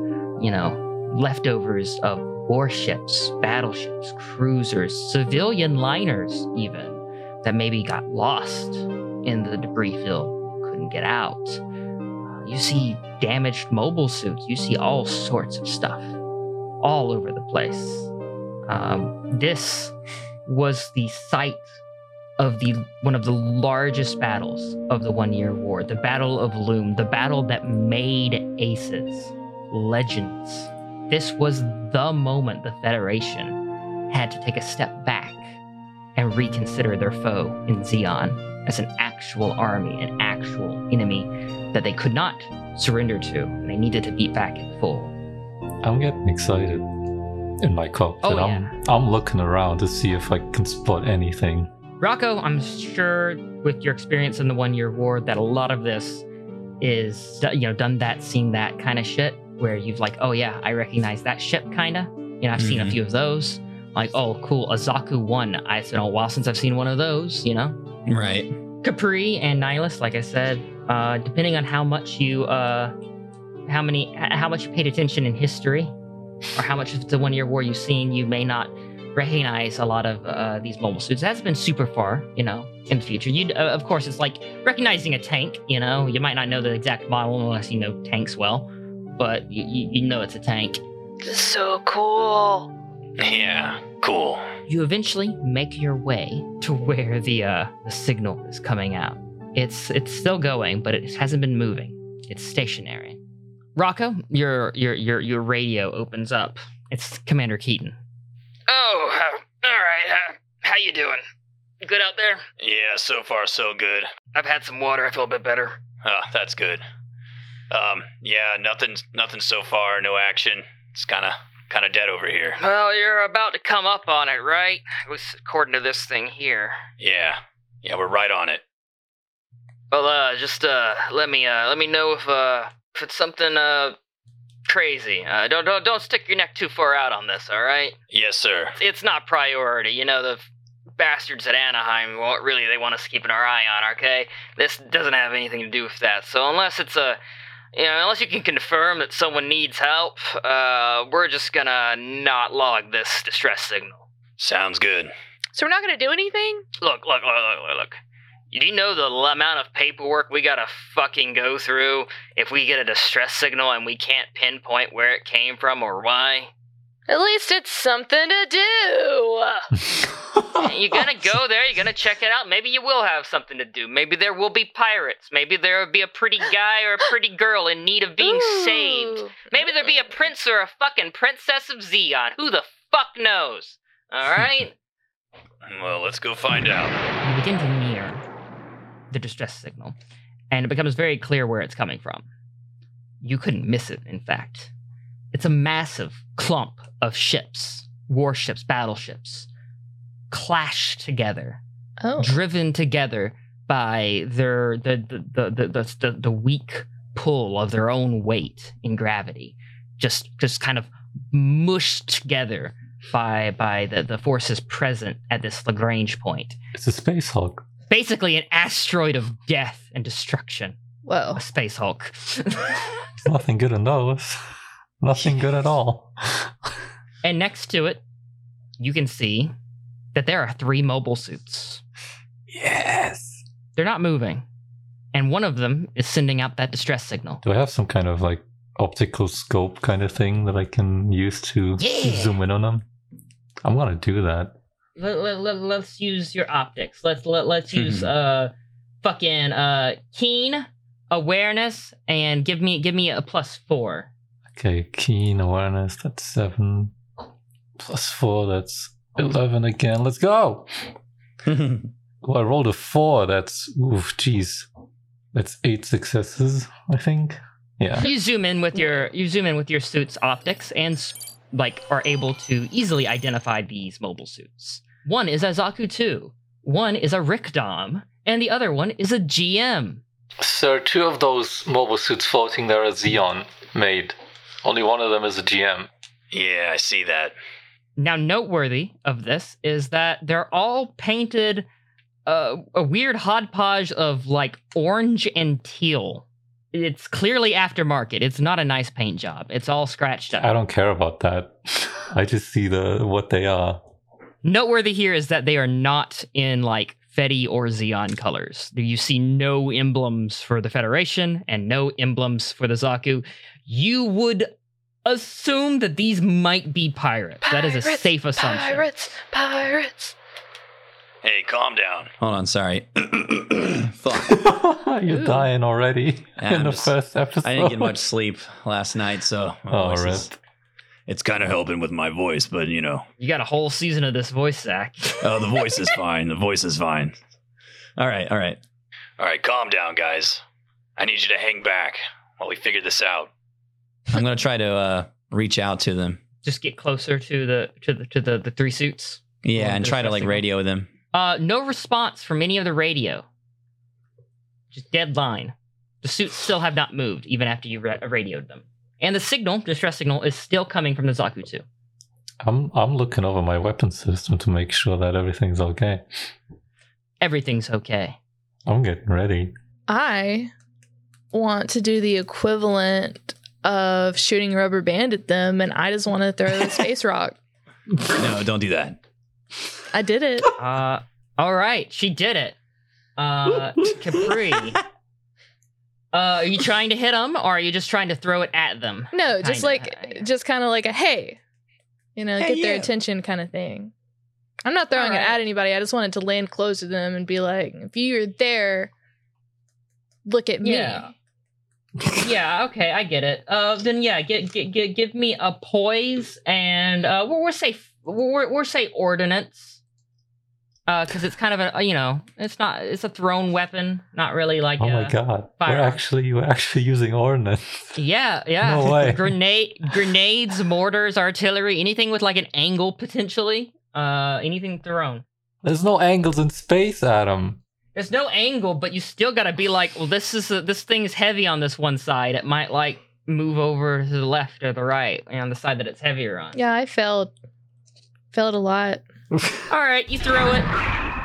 Speaker 2: you know, leftovers of warships, battleships, cruisers, civilian liners, even that maybe got lost in the debris field, couldn't get out. Uh, You see damaged mobile suits. You see all sorts of stuff all over the place. Um, this was the site of the one of the largest battles of the One Year War, the Battle of Loom, the battle that made aces, legends. This was the moment the Federation had to take a step back and reconsider their foe in Zeon as an actual army, an actual enemy that they could not surrender to, and they needed to beat back in full.
Speaker 4: I'm getting excited in my cockpit.
Speaker 2: Oh,
Speaker 4: I'm, I'm looking around to see if I can spot anything.
Speaker 2: Rocco, I'm sure with your experience in the one year war that a lot of this is you know done that seen that kind of shit where you've like oh yeah I recognize that ship kind of you know I've seen a
Speaker 6: Mhm.
Speaker 2: few of those like oh cool Azaku one I, it's been a while since I've seen one of those you know
Speaker 6: Right.
Speaker 2: Capri and Nihilus, like I said, uh, depending on how much you, uh, how many, h- how much you paid attention in history, or how much of the one-year war you've seen, you may not recognize a lot of uh, these mobile suits. That's been super far, you know, in the future. You, uh, of course, it's like recognizing a tank. You know, you might not know the exact model unless you know tanks well, but you, you, you know it's a tank.
Speaker 8: So cool.
Speaker 5: Yeah, cool.
Speaker 2: you eventually make your way to where the uh, the signal is coming out. It's it's still going, but it hasn't been moving. It's stationary. Rocco, your your your your radio opens up. It's Commander Keaton.
Speaker 8: Oh, uh, all right. Uh, how you doing? You Good out there?
Speaker 5: Yeah, so far so good.
Speaker 8: I've had some water. I feel a bit better.
Speaker 5: Ah, that's good. Um, yeah, nothing, nothing so far. No action. It's kind of, kind of dead over here.
Speaker 8: Well, you're about to come up on it, right? At least according to this thing here.
Speaker 5: Yeah, yeah, we're right on it.
Speaker 8: Well, uh, just uh, let me uh, let me know if uh, if it's something uh, crazy. Uh, don't don't don't stick your neck too far out on this. All right?
Speaker 5: Yes, sir.
Speaker 8: It's not priority. You know the bastards at Anaheim. Well, really, they want us keeping our eye on. Okay, this doesn't have anything to do with that. So unless it's a you know, unless you can confirm that someone needs help, uh, we're just gonna not log this distress signal.
Speaker 5: Sounds good.
Speaker 1: So we're not going to do anything?
Speaker 8: Look, look, look, look, look, look. Do you know the l- amount of paperwork we gotta fucking go through if we get a distress signal and we can't pinpoint where it came from or why?
Speaker 1: At least it's something to do.
Speaker 8: You're gonna go there, you're gonna check it out. Maybe you will have something to do. Maybe there will be pirates. Maybe there will be a pretty guy or a pretty girl in need of being saved.
Speaker 1: Ooh.
Speaker 8: Maybe there'll be a prince or a fucking princess of Zeon. Who the fuck knows? Alright?
Speaker 5: Well, let's go find out.
Speaker 2: You begin to near the distress signal, and it becomes very clear where it's coming from. You couldn't miss it, in fact. It's a massive clump of ships, warships, battleships, clashed together
Speaker 1: Oh.
Speaker 2: driven together by their the the, the the the the weak pull of their own weight in gravity, just just kind of mushed together by by the, the forces present at this Lagrange point.
Speaker 4: It's a space hog.
Speaker 2: Basically, an asteroid of death and destruction.
Speaker 1: Whoa.
Speaker 2: A space Hulk.
Speaker 4: It's nothing good in those. Nothing good at all.
Speaker 2: and next to it, you can see that there are three mobile suits.
Speaker 4: Yes.
Speaker 2: They're not moving, and one of them is sending out that distress signal.
Speaker 4: Do I have some kind of like optical scope kind of thing that I can use to
Speaker 2: Yeah.
Speaker 4: zoom in on them? I'm gonna do that.
Speaker 2: let, let, let, us use your optics. Let's let, let's use uh fucking uh keen awareness and give me give me a plus four.
Speaker 4: Okay, keen awareness, that's seven. Plus four, that's eleven again. Let's go. Well, I rolled a four. That's oof, jeez. That's eight successes, I think. Yeah.
Speaker 2: you zoom in with your you zoom in with your suit's optics and s- like are able to easily identify these mobile suits. One is a Zaku 2, one is a Rickdom, and the other one is a GM.
Speaker 4: Sir, two of those mobile suits floating there are Xeon made. Only one of them is a GM.
Speaker 5: Yeah, I see that.
Speaker 2: Now, noteworthy of this is that they're all painted uh, a weird hodgepodge of like orange and teal. It's clearly aftermarket. It's not a nice paint job. It's all scratched up.
Speaker 4: I don't care about that. I just see the what they are.
Speaker 2: Noteworthy here is that they are not in like Fetty or Xeon colors. You see no emblems for the Federation and no emblems for the Zaku. You would assume that these might be pirates. that is a
Speaker 1: Pirates,
Speaker 2: safe assumption.
Speaker 1: Pirates, pirates.
Speaker 5: Hey, calm down.
Speaker 6: Hold on, sorry. Fuck.
Speaker 4: You're
Speaker 2: Ooh.
Speaker 4: dying already
Speaker 6: Yeah,
Speaker 4: in
Speaker 6: I'm
Speaker 4: the
Speaker 6: just-
Speaker 4: first episode.
Speaker 6: I didn't get much sleep last night, so my
Speaker 4: Oh,
Speaker 6: voice
Speaker 4: rip.
Speaker 6: is- it's kind of helping with my voice, but you know,
Speaker 2: You got a whole season of this voice, Zach.
Speaker 6: oh, the voice is fine. The voice is fine. All right, all right.
Speaker 5: All right, calm down, guys. I need you to hang back while we figure this out.
Speaker 6: I'm gonna try to uh, reach out to them.
Speaker 2: Just get closer to the to the to the, the three suits.
Speaker 6: Yeah,
Speaker 2: Well,
Speaker 6: and try to like
Speaker 2: disgusting.
Speaker 6: radio them.
Speaker 2: Uh, no response from any of the radio. Just dead line. The suits still have not moved, even after you ra- radioed them. And the signal, distress signal, is still coming from the Zaku 2.
Speaker 4: I'm I'm looking over my weapon system to make sure that everything's okay.
Speaker 2: Everything's okay.
Speaker 4: I'm getting ready.
Speaker 1: I want to do the equivalent of shooting a rubber band at them, and I just want to throw a space rock.
Speaker 6: No, don't do that.
Speaker 1: I did it.
Speaker 2: Uh, all right, she did it. Uh, Capri. Uh, are you trying to hit them, or are you just trying to throw it at them?
Speaker 1: No, just
Speaker 2: Kinda,
Speaker 1: like,
Speaker 2: I know.
Speaker 1: just kind of like a hey, you know,
Speaker 6: Hey,
Speaker 1: get their
Speaker 6: you.
Speaker 1: attention kind of thing. I'm not throwing it
Speaker 2: Alright.
Speaker 1: at anybody. I just wanted to land close to them and be like, if you're there, look at me.
Speaker 2: Yeah. yeah, okay, I get it. Uh, then yeah, get, get, get, give me a poise and uh, we're, we're say we're, we're say ordinance. Because it's kind of a you know it's not it's a thrown weapon, not really like
Speaker 4: oh
Speaker 2: a,
Speaker 4: my god. We're
Speaker 2: firearm.
Speaker 4: actually we're actually using ordnance.
Speaker 2: yeah yeah
Speaker 4: No way.
Speaker 2: grenade grenades mortars artillery anything with like an angle potentially uh anything thrown.
Speaker 4: There's no angles in space, Adam.
Speaker 2: There's no angle, but you still gotta be like, well, this is this thing's heavy on this one side. It might like move over to the left or the right you know, on the side that it's heavier on.
Speaker 1: Yeah, I failed. Failed a lot.
Speaker 2: All right, you throw it,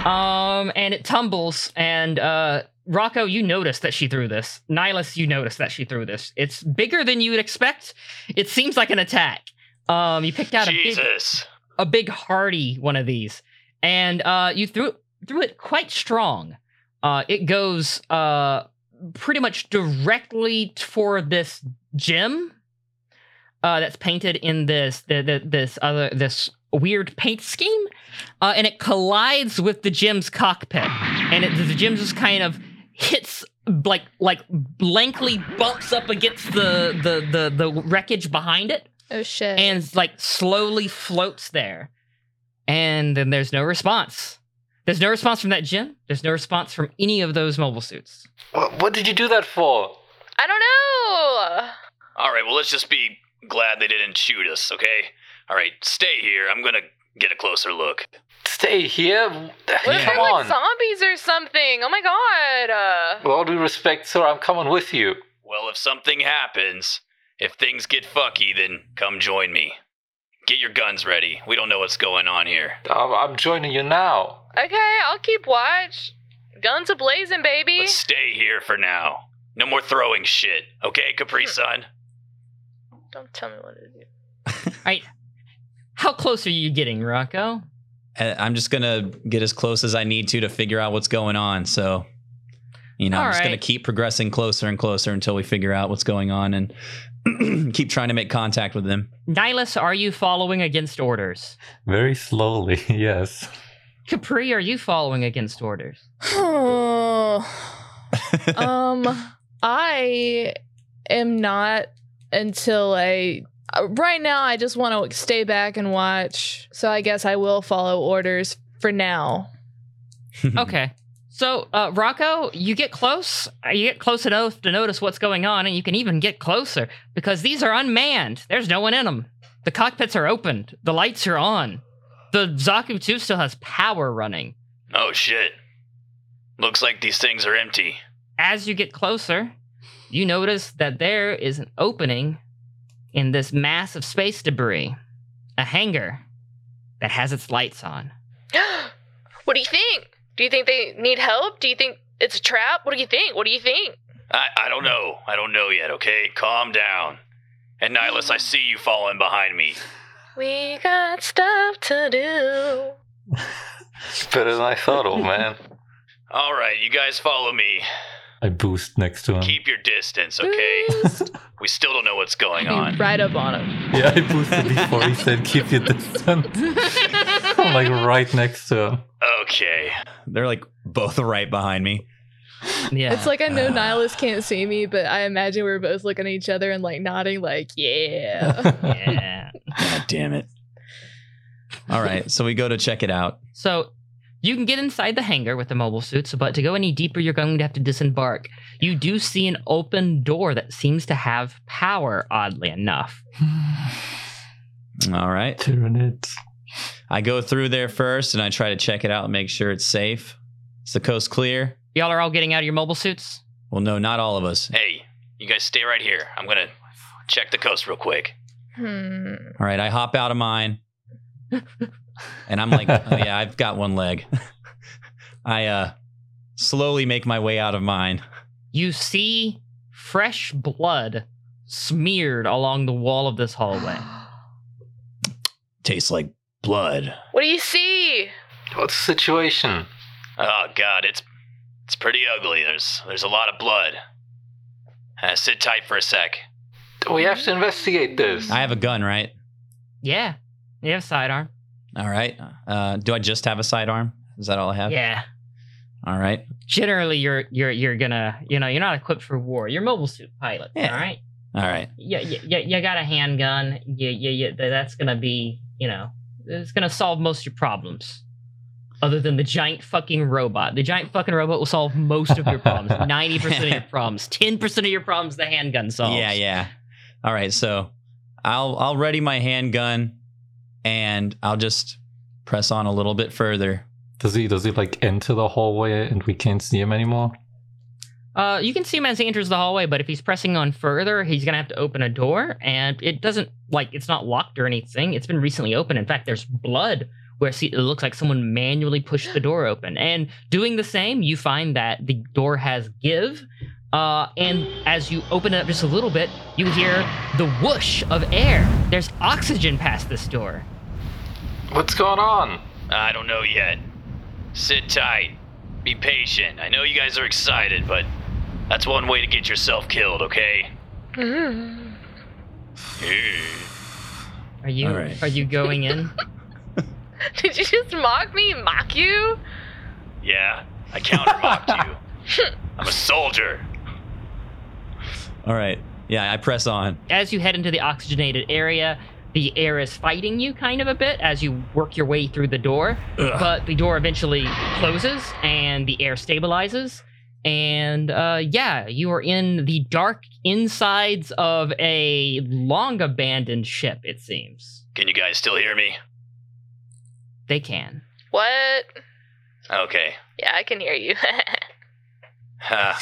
Speaker 2: um, and it tumbles. And uh, Rocco, you notice that she threw this. Nihilus, you notice that she threw this. It's bigger than you would expect. It seems like an attack. Um, you picked out a big
Speaker 5: Jesus.
Speaker 2: a big hardy one of these, and uh, you threw threw it quite strong. Uh, it goes uh, pretty much directly for this gem uh, that's painted in this the, the, this other this weird paint scheme, uh, and it collides with the gem's cockpit, and it, the gem just kind of hits like like blankly bumps up against the the the, the wreckage behind it
Speaker 1: Oh shit.
Speaker 2: and like slowly floats there. And then there's no response. There's no response from that gym. There's no response from any of those mobile suits.
Speaker 4: What, what did you do that for?
Speaker 1: I don't know.
Speaker 5: All right, well, let's just be glad they didn't shoot us, okay? All right, stay here. I'm gonna get a closer look.
Speaker 4: Stay here?
Speaker 1: What if
Speaker 4: Come
Speaker 1: they're like
Speaker 4: on.
Speaker 1: zombies or something? Oh my god. Uh,
Speaker 4: With all due respect, sir, I'm coming with you.
Speaker 5: Well, if something happens, if things get fucky, then come join me. Get your guns ready. We don't know what's going on here.
Speaker 4: I'm, I'm joining you now.
Speaker 1: okay, I'll keep watch. Guns a blazing, baby.
Speaker 5: Let's stay here for now. No more throwing shit, okay, Capri
Speaker 6: Hmm.
Speaker 5: Sun?
Speaker 1: Don't tell me what to do.
Speaker 2: How close are you getting, Rocco?
Speaker 6: Uh, I'm just gonna get as close as I need to to figure out what's going on. So, you know,
Speaker 2: All
Speaker 6: I'm just gonna
Speaker 2: right.
Speaker 6: keep progressing closer and closer until we figure out what's going on and keep trying to make contact with them.
Speaker 2: Nihilus, are you following against orders?
Speaker 4: Very slowly, yes.
Speaker 2: Capri, are you following against orders?
Speaker 1: um, I am not until I. uh, Right now, I just want to stay back and watch. So I guess I will follow orders for now.
Speaker 6: Mm-hmm.
Speaker 2: Okay. So, uh, Rocco, you get close. uh, You get close enough to notice what's going on, and you can even get closer because these are unmanned. There's no one in them. The cockpits are opened. The lights are on. The Zaku 2 still has power running.
Speaker 5: Oh shit. Looks like these things are empty.
Speaker 2: As you get closer, you notice that there is an opening in this mass of space debris, a hangar that has its lights on.
Speaker 1: what do you think? Do you think they need help? Do you think it's a trap? What do you think? What do you think?
Speaker 5: I, I don't know. I don't know yet, okay? Calm down. And Nihilus, I see you following behind me.
Speaker 1: We got stuff to do.
Speaker 4: It's better than I thought, old man.
Speaker 5: All right, you guys follow me.
Speaker 4: I boost next to him.
Speaker 5: Keep your distance, okay?
Speaker 1: Boost.
Speaker 5: We still don't know what's going on.
Speaker 1: right up on him.
Speaker 4: Yeah, I boosted before he said keep your distance. I'm like right next to him.
Speaker 5: Okay.
Speaker 6: They're like both right behind me.
Speaker 2: Yeah.
Speaker 1: It's like I know Nihilus can't see me, but I imagine we're both looking at each other and like nodding, like, yeah.
Speaker 2: yeah.
Speaker 6: God damn it. All right, so we go to check it out.
Speaker 2: So you can get inside the hangar with the mobile suits, but to go any deeper, you're going to have to disembark. You do see an open door that seems to have power, oddly enough.
Speaker 6: All right.
Speaker 4: Tyranid.
Speaker 6: I go through there first and I try to check it out and make sure it's safe. Is the coast clear?
Speaker 2: Y'all are all getting out of your mobile suits?
Speaker 6: Well, no, not all of us.
Speaker 5: Hey, you guys stay right here. I'm gonna check the coast real quick.
Speaker 1: Hmm.
Speaker 6: All right, I hop out of mine. And I'm like, oh yeah, I've got one leg. I uh slowly make my way out of mine.
Speaker 2: You see fresh blood smeared along the wall of this hallway.
Speaker 6: Tastes like blood.
Speaker 1: What do you see?
Speaker 4: What's the situation?
Speaker 5: Oh god, it's it's pretty ugly. There's there's a lot of blood. Uh, sit tight for a sec.
Speaker 4: We have to investigate this.
Speaker 6: I have a gun, right?
Speaker 2: Yeah. You have a sidearm.
Speaker 6: All right. Uh do I just have a sidearm? Is that all I have?
Speaker 2: Yeah.
Speaker 6: All right.
Speaker 2: Generally you're you're you're gonna you know, you're not equipped for war. You're mobile suit pilot.
Speaker 6: Yeah.
Speaker 2: All right.
Speaker 6: All right.
Speaker 2: yeah, yeah, yeah, you got a handgun. Yeah, yeah, yeah. th- That's gonna be, you know, it's gonna solve most of your problems. Other than the giant fucking robot, the giant fucking robot will solve most of your problems. Ninety percent of your problems, ten percent of your problems, the handgun solves.
Speaker 6: Yeah, yeah. All right, so I'll I'll ready my handgun and I'll just press on a little bit further.
Speaker 4: Does he does he like enter the hallway and we can't see him anymore?
Speaker 2: Uh, you can see him as he enters the hallway, but if he's pressing on further, he's gonna have to open a door, and it doesn't like it's not locked or anything. It's been recently opened. In fact, there's blood where see, it looks like someone manually pushed the door open. And doing the same, you find that the door has give. Uh, and as you open it up just a little bit, you hear the whoosh of air. There's oxygen past this door.
Speaker 4: What's going on?
Speaker 5: I don't know yet. Sit tight. Be patient. I know you guys are excited, but that's one way to get yourself killed, okay?
Speaker 1: Hmm.
Speaker 2: Are you
Speaker 6: All right.
Speaker 2: are you going in?
Speaker 1: Did you just mock me? Mock you?
Speaker 5: Yeah, I counter mocked you. I'm a soldier.
Speaker 6: All right. Yeah, I press on.
Speaker 2: as you head into the oxygenated area, the air is fighting you kind of a bit as you work your way through the door. But the door eventually closes and the air stabilizes. And uh, yeah, you are in the dark insides of a long abandoned ship, it seems.
Speaker 5: Can you guys still hear me?
Speaker 2: They can.
Speaker 1: What?
Speaker 5: Okay.
Speaker 1: Yeah, I can hear you.
Speaker 5: Ha.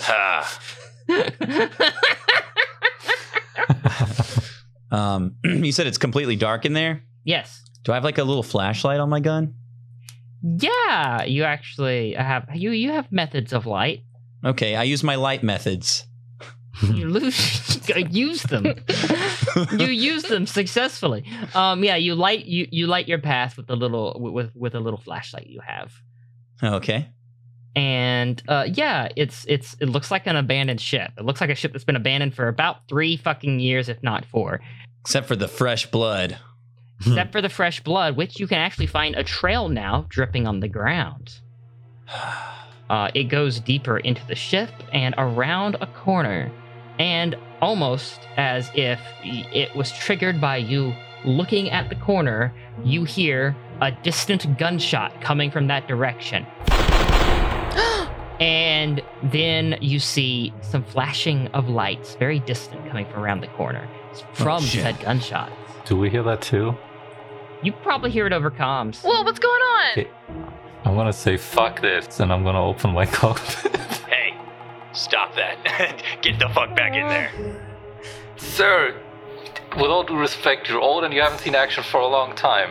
Speaker 5: Ha.
Speaker 6: Um you said it's completely dark in there?
Speaker 2: yes.
Speaker 6: Do I have like a little flashlight on my gun?
Speaker 2: Yeah, you actually have you you have methods of light.
Speaker 6: Okay, I use my light methods.
Speaker 2: You lose use them. you use them successfully. Um, yeah, you light you, you light your path with a little with with a little flashlight you have,
Speaker 6: Okay.
Speaker 2: and uh, yeah, it's it's it looks like an abandoned ship. It looks like a ship that's been abandoned for about three fucking years, if not four,
Speaker 6: Except for the fresh blood.
Speaker 2: except for the fresh blood, which you can actually find a trail now dripping on the ground. Uh, it goes deeper into the ship and around a corner, and almost as if y- it was triggered by you looking at the corner, you hear a distant gunshot coming from that direction. And then you see some flashing of lights, very distant, coming from around the corner It's from
Speaker 6: shit.
Speaker 2: said gunshots.
Speaker 4: Do we hear that too?
Speaker 2: You probably hear it over comms.
Speaker 1: Whoa, what's going on?
Speaker 4: I'm gonna say fuck this, and I'm gonna open my cockpit.
Speaker 5: Hey, stop that. Get the fuck back in there.
Speaker 4: Sir, with all due respect, you're old and you haven't seen action for a long time.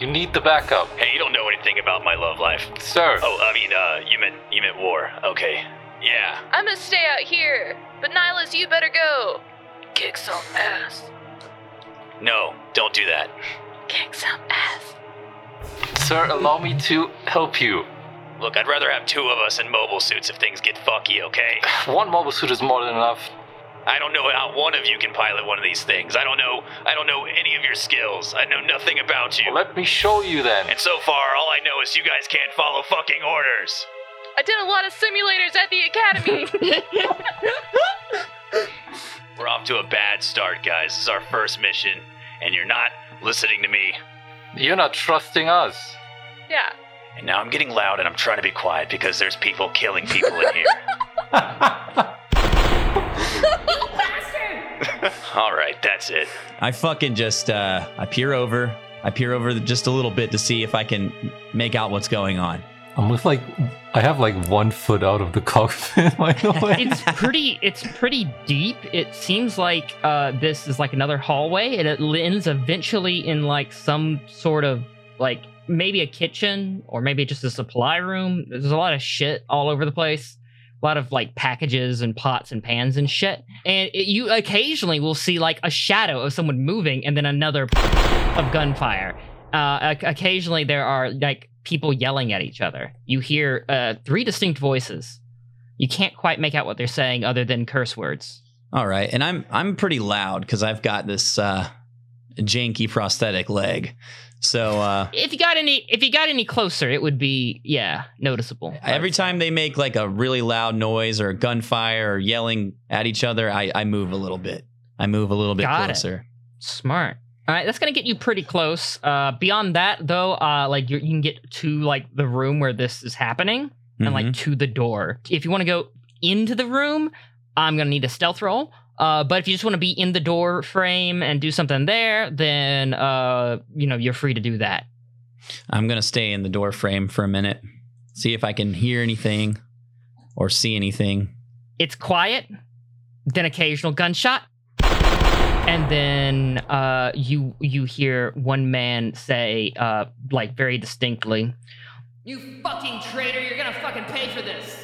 Speaker 4: You need the backup,
Speaker 5: Hey, you don't know anything about my love life.
Speaker 4: sir.
Speaker 5: Oh, I mean, uh, you meant you meant war. Okay. Yeah.
Speaker 1: I'm gonna stay out here. But Nihilus, you better go. Kick some ass.
Speaker 5: No, don't do that.
Speaker 1: Kick some ass.
Speaker 4: Sir, allow me to help you.
Speaker 5: Look, I'd rather have two of us in mobile suits if things get fucky, okay?
Speaker 4: One mobile suit is more than enough.
Speaker 5: I don't know how one of you can pilot one of these things. I don't know I don't know any of your skills. I know nothing about you.
Speaker 4: Let me show you then.
Speaker 5: And so far, all I know is you guys can't follow fucking orders.
Speaker 1: I did a lot of simulators at the academy.
Speaker 5: We're off to a bad start, guys. This is our first mission, and you're not listening to me.
Speaker 4: You're not trusting us.
Speaker 1: yeah.
Speaker 5: And now I'm getting loud and I'm trying to be quiet because there's people killing people in here. All right, that's it.
Speaker 6: I fucking just uh, I peer over. I peer over just a little bit to see if I can make out what's going on.
Speaker 4: I'm with like, I have like one foot out of the cockpit, by the way.
Speaker 2: it's pretty it's pretty deep it seems like uh this is like another hallway and it ends eventually in like some sort of like maybe a kitchen or maybe just a supply room there's a lot of shit all over the place a lot of like packages and pots and pans and shit and it, you occasionally will see like a shadow of someone moving and then another of gunfire uh, oc- occasionally there are like people yelling at each other you hear uh, three distinct voices you can't quite make out what they're saying other than curse words.
Speaker 6: All right, and I'm I'm pretty loud because I've got this uh, janky prosthetic leg. So uh,
Speaker 2: If you got any, if you got any closer, it would be yeah noticeable.
Speaker 6: every time they make like a really loud noise or gunfire or yelling at each other, I, I move a little bit. I move a little bit
Speaker 2: Got it.
Speaker 6: closer.
Speaker 2: smart. All right, that's gonna get you pretty close. Uh, beyond that, though, uh, like you you can get to like the room where this is happening and
Speaker 6: Mhm.
Speaker 2: like to the door. If you want to go into the room, I'm gonna need a stealth roll. Uh, but if you just want to be in the door frame and do something there, then uh, you know you're free to do that.
Speaker 6: I'm gonna stay in the door frame for a minute, see if I can hear anything or see anything.
Speaker 2: it's quiet, then occasional gunshot, and then uh, you you hear one man say uh, like very distinctly, "You fucking traitor! You're gonna fucking pay for this."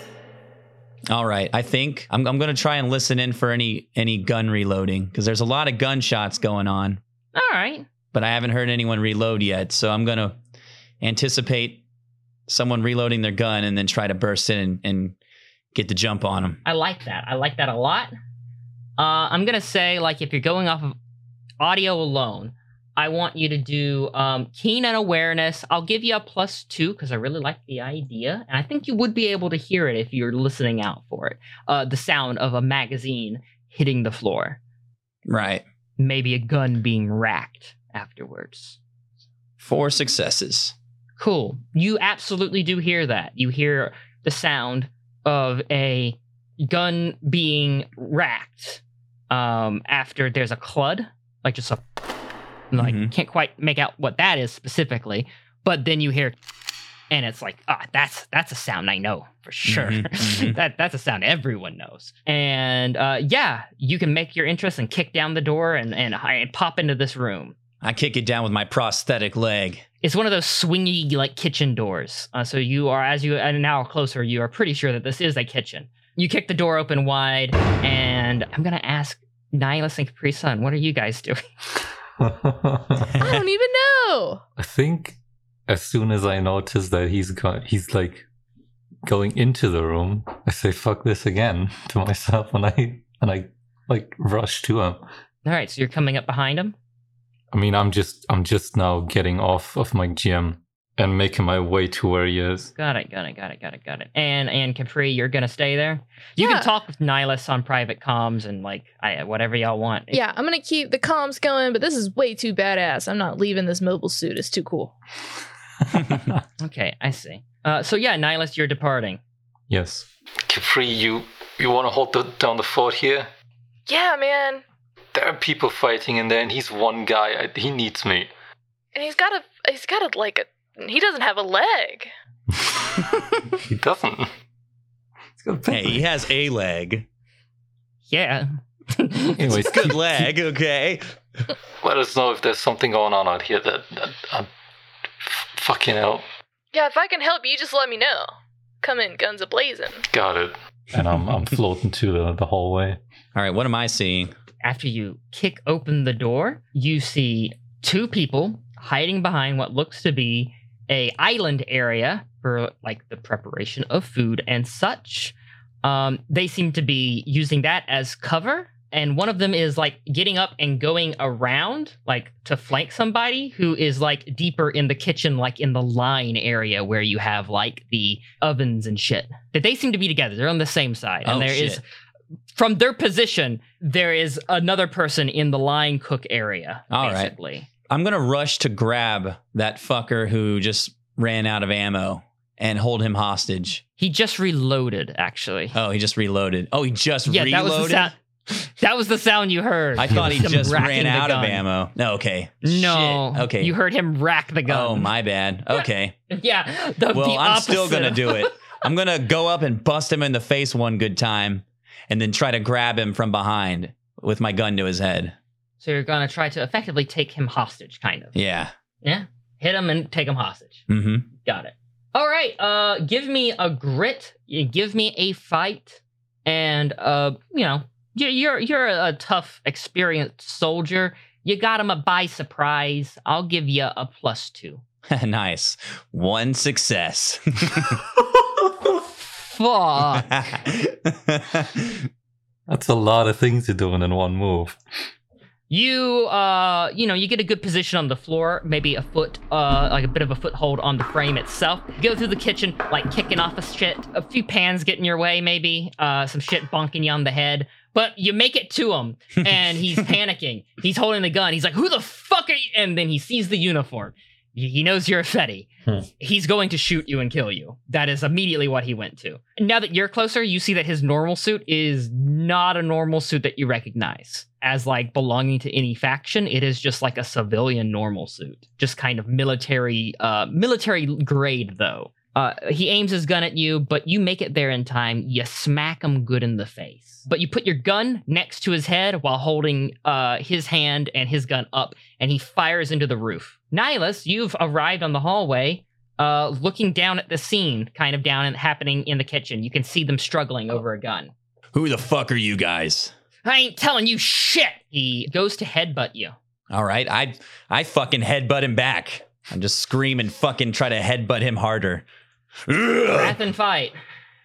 Speaker 6: All right, I think I'm, I'm gonna try and listen in for any any gun reloading because there's a lot of gunshots going on.
Speaker 2: All right,
Speaker 6: but I haven't heard anyone reload yet. So I'm going to anticipate someone reloading their gun and then try to burst in and, and get the jump on them.
Speaker 2: I like that. I like that a lot. Uh, I'm gonna say like if you're going off of audio alone, I want you to do um, keen and awareness. I'll give you a plus two because I really like the idea, and I think you would be able to hear it if you're listening out for it. Uh, the sound of a magazine hitting the floor,
Speaker 6: Right.
Speaker 2: maybe a gun being racked afterwards.
Speaker 6: Four successes.
Speaker 2: Cool. You absolutely do hear that. You hear the sound of a gun being racked um, after there's a clud, like just a like
Speaker 6: Mhm.
Speaker 2: can't quite make out what that is specifically, but then you hear and it's like ah that's that's a sound I know for sure.
Speaker 6: Mhm, mhm.
Speaker 2: that that's a sound everyone knows. And uh, yeah, you can make your interest and kick down the door and and, and pop into this room.
Speaker 6: I kick it down with my prosthetic leg.
Speaker 2: It's one of those swingy like kitchen doors. Uh, so you are, as you and now closer, you are pretty sure that this is a kitchen. You kick the door open wide, and I'm gonna ask Nihilus and Capri Sun, what are you guys doing?
Speaker 4: I
Speaker 1: I don't even know.
Speaker 4: think as soon as I notice that he's gone, he's like going into the room. I say fuck this again to myself, and I and I like rush to him.
Speaker 2: All right, so you're coming up behind him.
Speaker 4: I mean, I'm just I'm just now getting off of my gym and making my way to where he is.
Speaker 2: Got it, got it, got it, got it, got it. And and Capri, you're gonna stay there. You
Speaker 1: Yeah.
Speaker 2: can talk with Nihilus on private comms and like I, whatever y'all want.
Speaker 1: Yeah, I'm gonna keep the comms going, but this is way too badass. I'm not leaving this mobile suit. It's too cool.
Speaker 2: Okay, I see. Uh, so yeah, Nihilus, you're departing.
Speaker 4: Yes. Capri, you you want to hold the, down the fort here?
Speaker 1: Yeah, man.
Speaker 4: There are people fighting in there, and he's one guy. I, he needs me.
Speaker 1: And he's got a he's got a like a he doesn't have a leg.
Speaker 4: He doesn't. He's got a big
Speaker 6: Hey, he has a leg.
Speaker 2: Yeah.
Speaker 4: Anyways,
Speaker 6: Good leg, okay.
Speaker 4: let us know if there's something going on out here that, that uh, f- fucking hell.
Speaker 1: Yeah, if I can help you, just let me know. Come in, guns a blazing.
Speaker 4: Got it. And I'm I'm floating to the, the hallway.
Speaker 6: All right, what am I seeing?
Speaker 2: After you kick open the door, you see two people hiding behind what looks to be a island area for like the preparation of food and such. Um, they seem to be using that as cover, and one of them is like getting up and going around, like to flank somebody who is like deeper in the kitchen, like in the line area where you have like the ovens and shit. That they seem to be together. They're on the same side,
Speaker 6: Oh,
Speaker 2: and there is
Speaker 6: shit.
Speaker 2: from their position, there is another person in the line cook area.
Speaker 6: All right.
Speaker 2: basically.
Speaker 6: I'm gonna rush to grab that fucker who just ran out of ammo and hold him hostage.
Speaker 2: He just reloaded, actually.
Speaker 6: Oh, he just reloaded. Oh, he just
Speaker 2: yeah,
Speaker 6: reloaded.
Speaker 2: that was the sound. That was the sound you heard.
Speaker 6: I thought he
Speaker 2: Him
Speaker 6: just
Speaker 2: racking
Speaker 6: ran
Speaker 2: the
Speaker 6: out of
Speaker 2: gun.
Speaker 6: ammo. No, okay.
Speaker 2: No.
Speaker 6: Shit. Okay.
Speaker 2: You heard him rack the gun.
Speaker 6: Oh my bad. Okay.
Speaker 2: Yeah. The,
Speaker 6: well,
Speaker 2: the
Speaker 6: I'm still
Speaker 2: opposite
Speaker 6: gonna
Speaker 2: of-
Speaker 6: do it. I'm gonna go up and bust him in the face one good time, and then try to grab him from behind with my gun to his head.
Speaker 2: So you're gonna try to effectively take him hostage, kind of.
Speaker 6: Yeah.
Speaker 2: Yeah. Hit him and take him hostage.
Speaker 6: Mm-hmm.
Speaker 2: Got it. All right. Uh, give me a grit. You Give me a fight, and uh, you know, you- you're you're a tough, experienced soldier. You got him a by surprise. I'll give you a plus two.
Speaker 6: nice. One success.
Speaker 2: Fuck.
Speaker 4: That's a lot of things you're doing in one move.
Speaker 2: you uh you know you get a good position on the floor maybe a foot uh like a bit of a foothold on the frame itself go through the kitchen like kicking off a shit a few pans get in your way maybe uh some shit bonking you on the head but you make it to him and he's panicking he's holding the gun he's like who the fuck are you and then he sees the uniform he he knows you're a fetty
Speaker 4: Hmm.
Speaker 2: he's going to shoot you and kill you that is immediately what he went to now that you're closer you see that his normal suit is not a normal suit that you recognize as like belonging to any faction it is just like a civilian normal suit just kind of military uh military grade though uh, he aims his gun at you, but you make it there in time. You smack him good in the face. But you put your gun next to his head while holding uh, his hand and his gun up, and he fires into the roof. Nihilus, you've arrived on the hallway, uh, looking down at the scene, kind of down and happening in the kitchen. You can see them struggling over a gun.
Speaker 6: Who the fuck are you guys?
Speaker 2: I ain't telling you shit. He goes to headbutt you.
Speaker 6: All right, I I fucking headbutt him back. I'm just scream and fucking try to headbutt him harder. Ugh.
Speaker 2: Wrath and fight,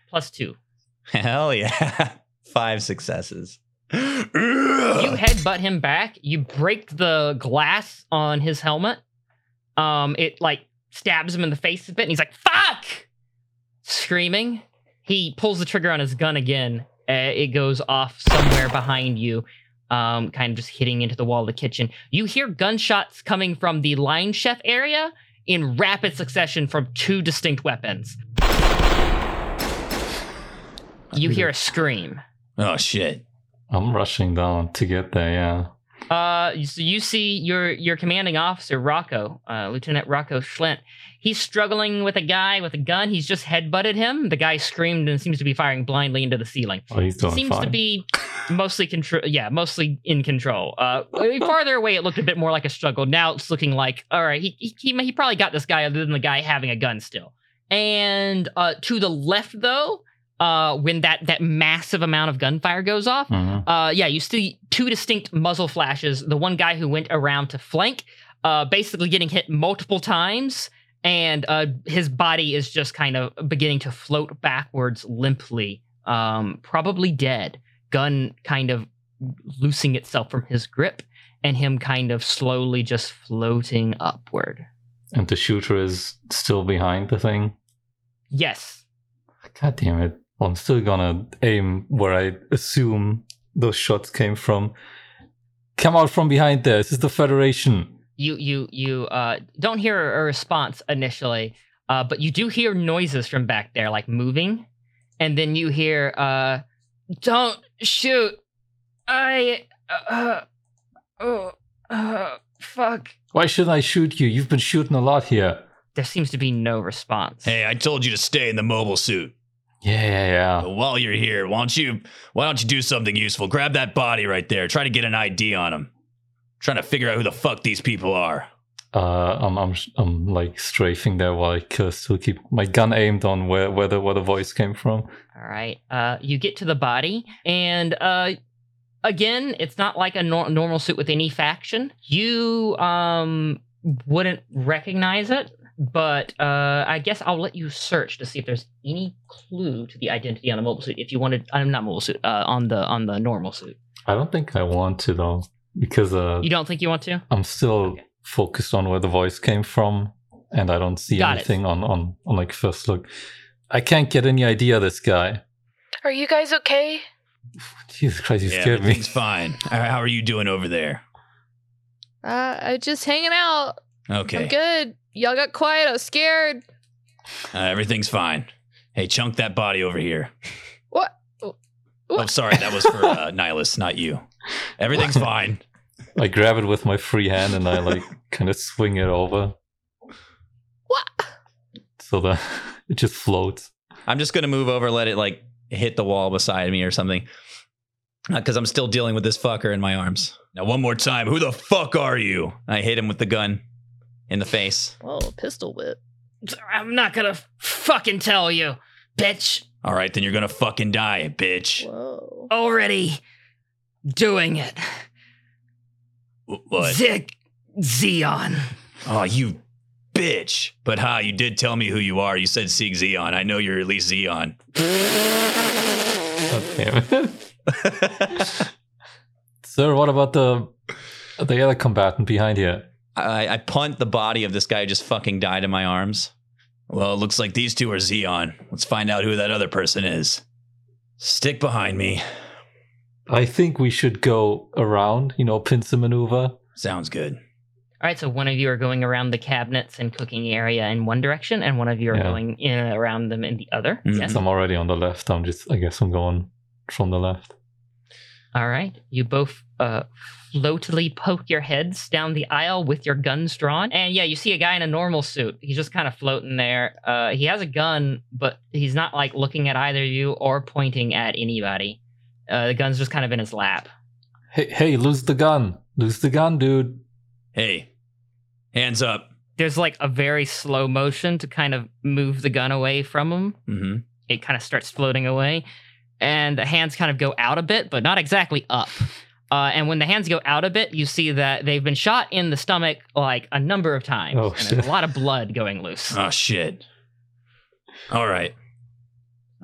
Speaker 2: plus two.
Speaker 6: Hell yeah. Five successes.
Speaker 2: you
Speaker 6: Ugh.
Speaker 2: headbutt him back. You break the glass on his helmet. Um, it like stabs him in the face a bit, and he's like, "Fuck!" Screaming, he pulls the trigger on his gun again. Uh, it goes off somewhere behind you, um, kind of just hitting into the wall of the kitchen. You hear gunshots coming from the line chef area in rapid succession from two distinct weapons. You hear a scream.
Speaker 6: Oh shit.
Speaker 4: I'm rushing down to get there. Yeah.
Speaker 2: Uh, so you see your your commanding officer Rocco, uh, Lieutenant Rocco Schlint. He's struggling with a guy with a gun. He's just headbutted him. The guy screamed and seems to be firing blindly into the ceiling.
Speaker 4: Oh, he's doing
Speaker 2: seems
Speaker 4: fine.
Speaker 2: to be mostly control. Yeah, mostly in control. Uh, farther away, it looked a bit more like a struggle. Now it's looking like all right. He he he, he probably got this guy other than the guy having a gun still. And uh, to the left though, uh, when that that massive amount of gunfire goes off.
Speaker 4: Mhm.
Speaker 2: Uh, yeah, you see two distinct muzzle flashes. The one guy who went around to flank, uh, basically getting hit multiple times, and uh, his body is just kind of beginning to float backwards limply, um, probably dead. Gun kind of loosing itself from his grip, and him kind of slowly just floating upward.
Speaker 4: And the shooter is still behind the thing.
Speaker 2: Yes,
Speaker 4: God damn it. Well, I'm still gonna aim where I assume those shots came from. Come out from behind there. This is the Federation.
Speaker 2: you you you uh, don't hear a response initially, uh, but you do hear noises from back there, like moving, and then you hear, uh, "Don't shoot! I, uh, oh, uh, fuck."
Speaker 4: Why shouldn't I shoot you? You've been shooting a lot here.
Speaker 2: There seems to be no response.
Speaker 6: Hey, I told you to stay in the mobile suit.
Speaker 4: Yeah, yeah,
Speaker 6: But while you're here, why don't you why don't you do something useful? Grab that body right there. Try to get an ID on him. Trying to figure out who the fuck these people are.
Speaker 4: yeah. Uh, I'm, I'm, I'm like strafing there while I curse to keep my gun aimed on where, where the, where the voice came from.
Speaker 2: All right. Uh, you get to the body, and uh, again, it's not like a nor- normal suit with any faction. You um wouldn't recognize it, but uh, I guess I'll let you search to see if there's any clue to the identity on the mobile suit. If you wanted, I'm not mobile suit. Uh, on the on the normal suit.
Speaker 4: I don't think I want to though, because uh,
Speaker 2: You don't think you want to?
Speaker 4: I'm still
Speaker 2: Okay.
Speaker 4: focused on where the voice came from, and I don't see
Speaker 2: Got it.
Speaker 4: anything on on on like first look. I can't get any idea of this guy.
Speaker 1: Are you guys okay?
Speaker 4: Jesus Christ, you
Speaker 6: yeah,
Speaker 4: scared me.
Speaker 6: everything's fine. Uh, How are you doing over there?
Speaker 1: Uh, I just hanging out.
Speaker 6: Okay.
Speaker 1: I'm good. Y'all got quiet. I was scared.
Speaker 6: Uh, everything's fine. Hey, chunk that body over here.
Speaker 1: What?
Speaker 6: Oh, sorry, that was for uh, Nihilus, not you. Everything's fine.
Speaker 4: I grab it with my free hand and I like kind of swing it over
Speaker 1: What?
Speaker 4: so that it just floats.
Speaker 6: I'm just gonna move over, let it like hit the wall beside me or something, because I'm still dealing with this fucker in my arms. Now, one more time, who the fuck are you? I hit him with the gun in the face.
Speaker 1: Whoa, pistol whip.
Speaker 2: I'm not gonna fucking tell you, bitch.
Speaker 6: All right, then you're gonna fucking die, bitch.
Speaker 1: Whoa.
Speaker 2: Already doing it.
Speaker 6: Wh- What?
Speaker 2: Zick Zeon.
Speaker 6: Oh, you bitch. But ha, you did tell me who you are. You said Sig Zeon. I know you're at least Zeon.
Speaker 4: God damn it. Sir, what about the the other combatant behind here?
Speaker 6: I, I punt the body of this guy who just fucking died in my arms. Well, it looks like these two are Xeon. Let's find out who that other person is. Stick behind me.
Speaker 4: I think we should go around, you know, pincer maneuver.
Speaker 6: Sounds good.
Speaker 2: All right, so one of you are going around the cabinets and cooking area in one direction, and one of you are
Speaker 4: Yeah.
Speaker 2: going in and around them in the other.
Speaker 6: Mm.
Speaker 2: Yes.
Speaker 4: Since I'm already on the left, I'm just I guess I'm going from the left.
Speaker 2: All right. You both uh, floatily poke your heads down the aisle with your guns drawn, and yeah, you see a guy in a normal suit. He's just kind of floating there. Uh, he has a gun, but he's not like looking at either of you or pointing at anybody. Uh, the gun's just kind of in his lap.
Speaker 4: Hey, hey, lose the gun. Lose the gun, dude.
Speaker 6: Hey, hands up.
Speaker 2: There's like a very slow motion to kind of move the gun away from him.
Speaker 6: Mm-hmm.
Speaker 2: it kind of starts floating away and the hands kind of go out a bit but not exactly up uh, and when the hands go out a bit you see that they've been shot in the stomach like a number of times
Speaker 4: Oh,
Speaker 2: and there's
Speaker 4: shit.
Speaker 2: a lot of blood going loose
Speaker 6: Oh shit. All right.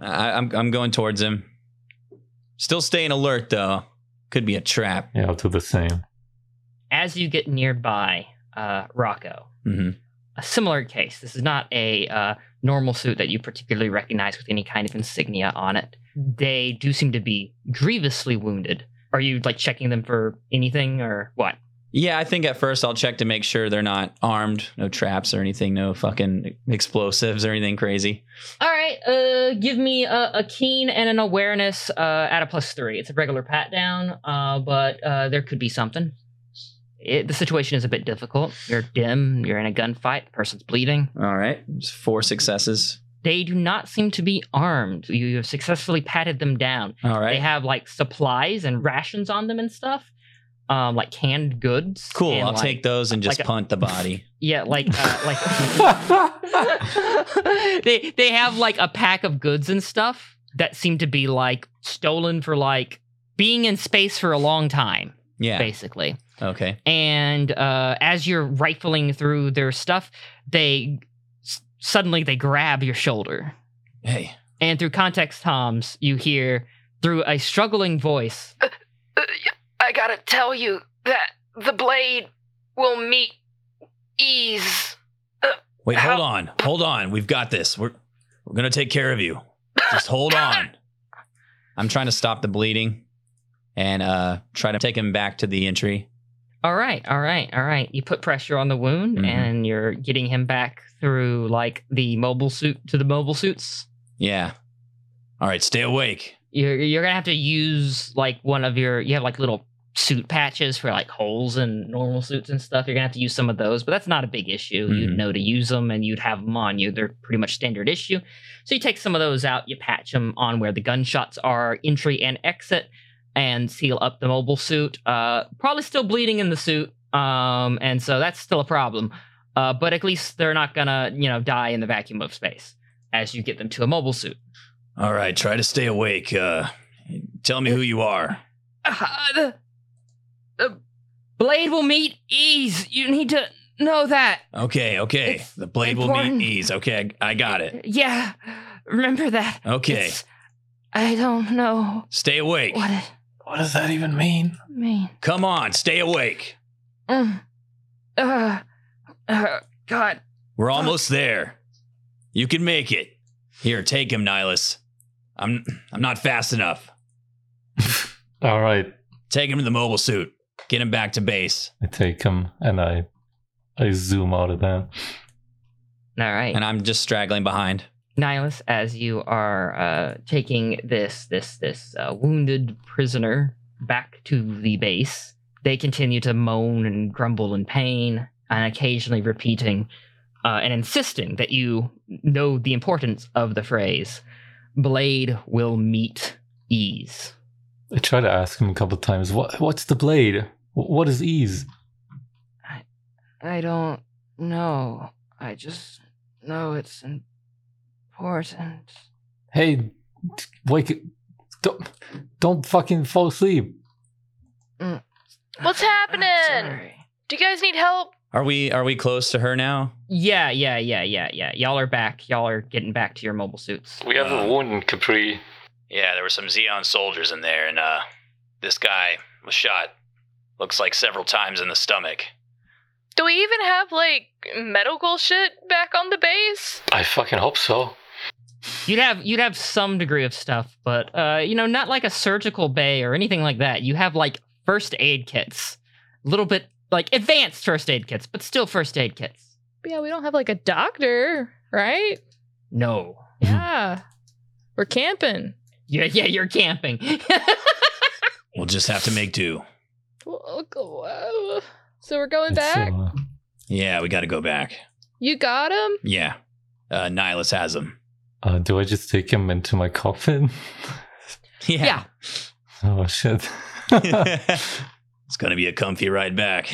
Speaker 6: I, I'm I'm going towards him. Still staying alert though. Could be a trap.
Speaker 4: Yeah, I'll do the same.
Speaker 2: as you get nearby uh, rocco
Speaker 6: Mm-hmm.
Speaker 2: a similar case this is not a uh, normal suit that you particularly recognize with any kind of insignia on it they do seem to be grievously wounded are you like checking them for anything or what
Speaker 6: Yeah, I think at first I'll check to make sure they're not armed, no traps or anything, no fucking explosives or anything crazy.
Speaker 2: All right, uh, give me a, a keen and an awareness uh, at a plus three. It's a regular pat down, uh, but uh, there could be something. It, the situation is a bit difficult. You're dim. You're in a gunfight. The person's bleeding.
Speaker 6: All right, just four successes.
Speaker 2: They do not seem to be armed. You have successfully patted them down.
Speaker 6: All right,
Speaker 2: They have like supplies and rations on them and stuff, um, like canned goods.
Speaker 6: cool.
Speaker 2: and,
Speaker 6: I'll
Speaker 2: like-
Speaker 6: take those and just
Speaker 2: like a-
Speaker 6: punt the body.
Speaker 2: Yeah, like uh, like. they they have like a pack of goods and stuff that seem to be like stolen for like being in space for a long time,
Speaker 6: Yeah.
Speaker 2: basically.
Speaker 6: Okay.
Speaker 2: And uh, as you're rifling through their stuff, they s- suddenly they grab your shoulder,
Speaker 6: Hey.
Speaker 2: and through context toms, you hear through a struggling voice,
Speaker 8: I gotta tell you that the blade will meet ease.
Speaker 6: Wait.
Speaker 8: How-
Speaker 6: Hold on. Hold on. We've got this. We're we're gonna take care of you. Just hold
Speaker 2: Ah.
Speaker 6: on. I'm trying to stop the bleeding, and uh, try to take him back to the entry.
Speaker 2: All right, all right, all right. You put pressure on the wound,
Speaker 6: Mhm.
Speaker 2: and you're getting him back through like the mobile suit to the mobile suits.
Speaker 6: Yeah. All
Speaker 5: All right, stay awake.
Speaker 2: You're you're gonna have to use like one of your you have like little suit patches for like holes in normal suits and stuff. You're gonna have to use some of those, but that's not a big issue. You'd
Speaker 6: Mhm.
Speaker 2: know to use them and you'd have them on you. They're pretty much standard issue. So you take some of those out, you patch them on where the gunshots are, entry and exit, and seal up the mobile suit. Uh, probably still bleeding in the suit, um, and so that's still a problem. Uh, but at least they're not gonna you know die in the vacuum of space as you get them to a mobile suit.
Speaker 5: All right, try to stay awake. Uh, tell me who you are.
Speaker 2: Ah, the, the blade will meet ease. You need to know that.
Speaker 5: Okay, okay.
Speaker 2: It's
Speaker 5: the blade will
Speaker 2: important.
Speaker 5: meet ease. Okay, I I got it.
Speaker 2: Yeah, remember that.
Speaker 5: Okay,
Speaker 2: It's- I don't know
Speaker 5: stay awake.
Speaker 2: what it
Speaker 4: What does that even mean?
Speaker 2: means.
Speaker 5: Come on, stay awake.
Speaker 2: Mm. Uh, uh, God.
Speaker 5: We're almost there. You can make it. Here, take him, Nihilus. I'm I'm not fast enough.
Speaker 4: All right,
Speaker 5: Take him to the mobile suit. Get him back to base.
Speaker 4: I take him and I, I zoom out of
Speaker 2: All
Speaker 4: there.
Speaker 2: right.
Speaker 6: And I'm just straggling behind.
Speaker 2: Nihilus, as you are uh, taking this this this uh, wounded prisoner back to the base, they continue to moan and grumble in pain, and occasionally repeating uh, and insisting that you know the importance of the phrase "blade will meet ease."
Speaker 4: I try to ask him a couple times. What? What's the blade? Wh- What is ease?
Speaker 8: I don't know. I just know it's important.
Speaker 4: Hey, t- wake! it- Don't, don't fucking fall asleep.
Speaker 1: What's happening? Do you guys need help?
Speaker 6: Are we are we close to her now?
Speaker 2: Yeah, yeah, yeah, yeah, yeah. Y'all are back. Y'all are getting back to your mobile suits.
Speaker 4: We
Speaker 5: have a
Speaker 4: wound, Capri.
Speaker 5: Yeah, there were some Xeon soldiers in there, and uh, this guy was shot. Looks like several times in the stomach.
Speaker 1: Do we even have like medical shit back on the base?
Speaker 4: I fucking hope so.
Speaker 2: You'd have you'd have some degree of stuff, but uh, you know, not like a surgical bay or anything like that. You have like first aid kits, a little bit like advanced first aid kits, but still first aid kits.
Speaker 1: Yeah, we don't have like a doctor, right?
Speaker 2: No,
Speaker 1: Yeah. We're camping.
Speaker 2: yeah, yeah, you're camping.
Speaker 5: We'll just have to make do.
Speaker 1: Well, go- So we're going back.
Speaker 4: uh,
Speaker 5: Yeah, we got to go back.
Speaker 1: You got him?
Speaker 5: Yeah, uh, Nihilus has him.
Speaker 4: uh, do I just take him into my coffin?
Speaker 2: yeah,
Speaker 4: oh shit!
Speaker 5: It's gonna be a comfy ride back.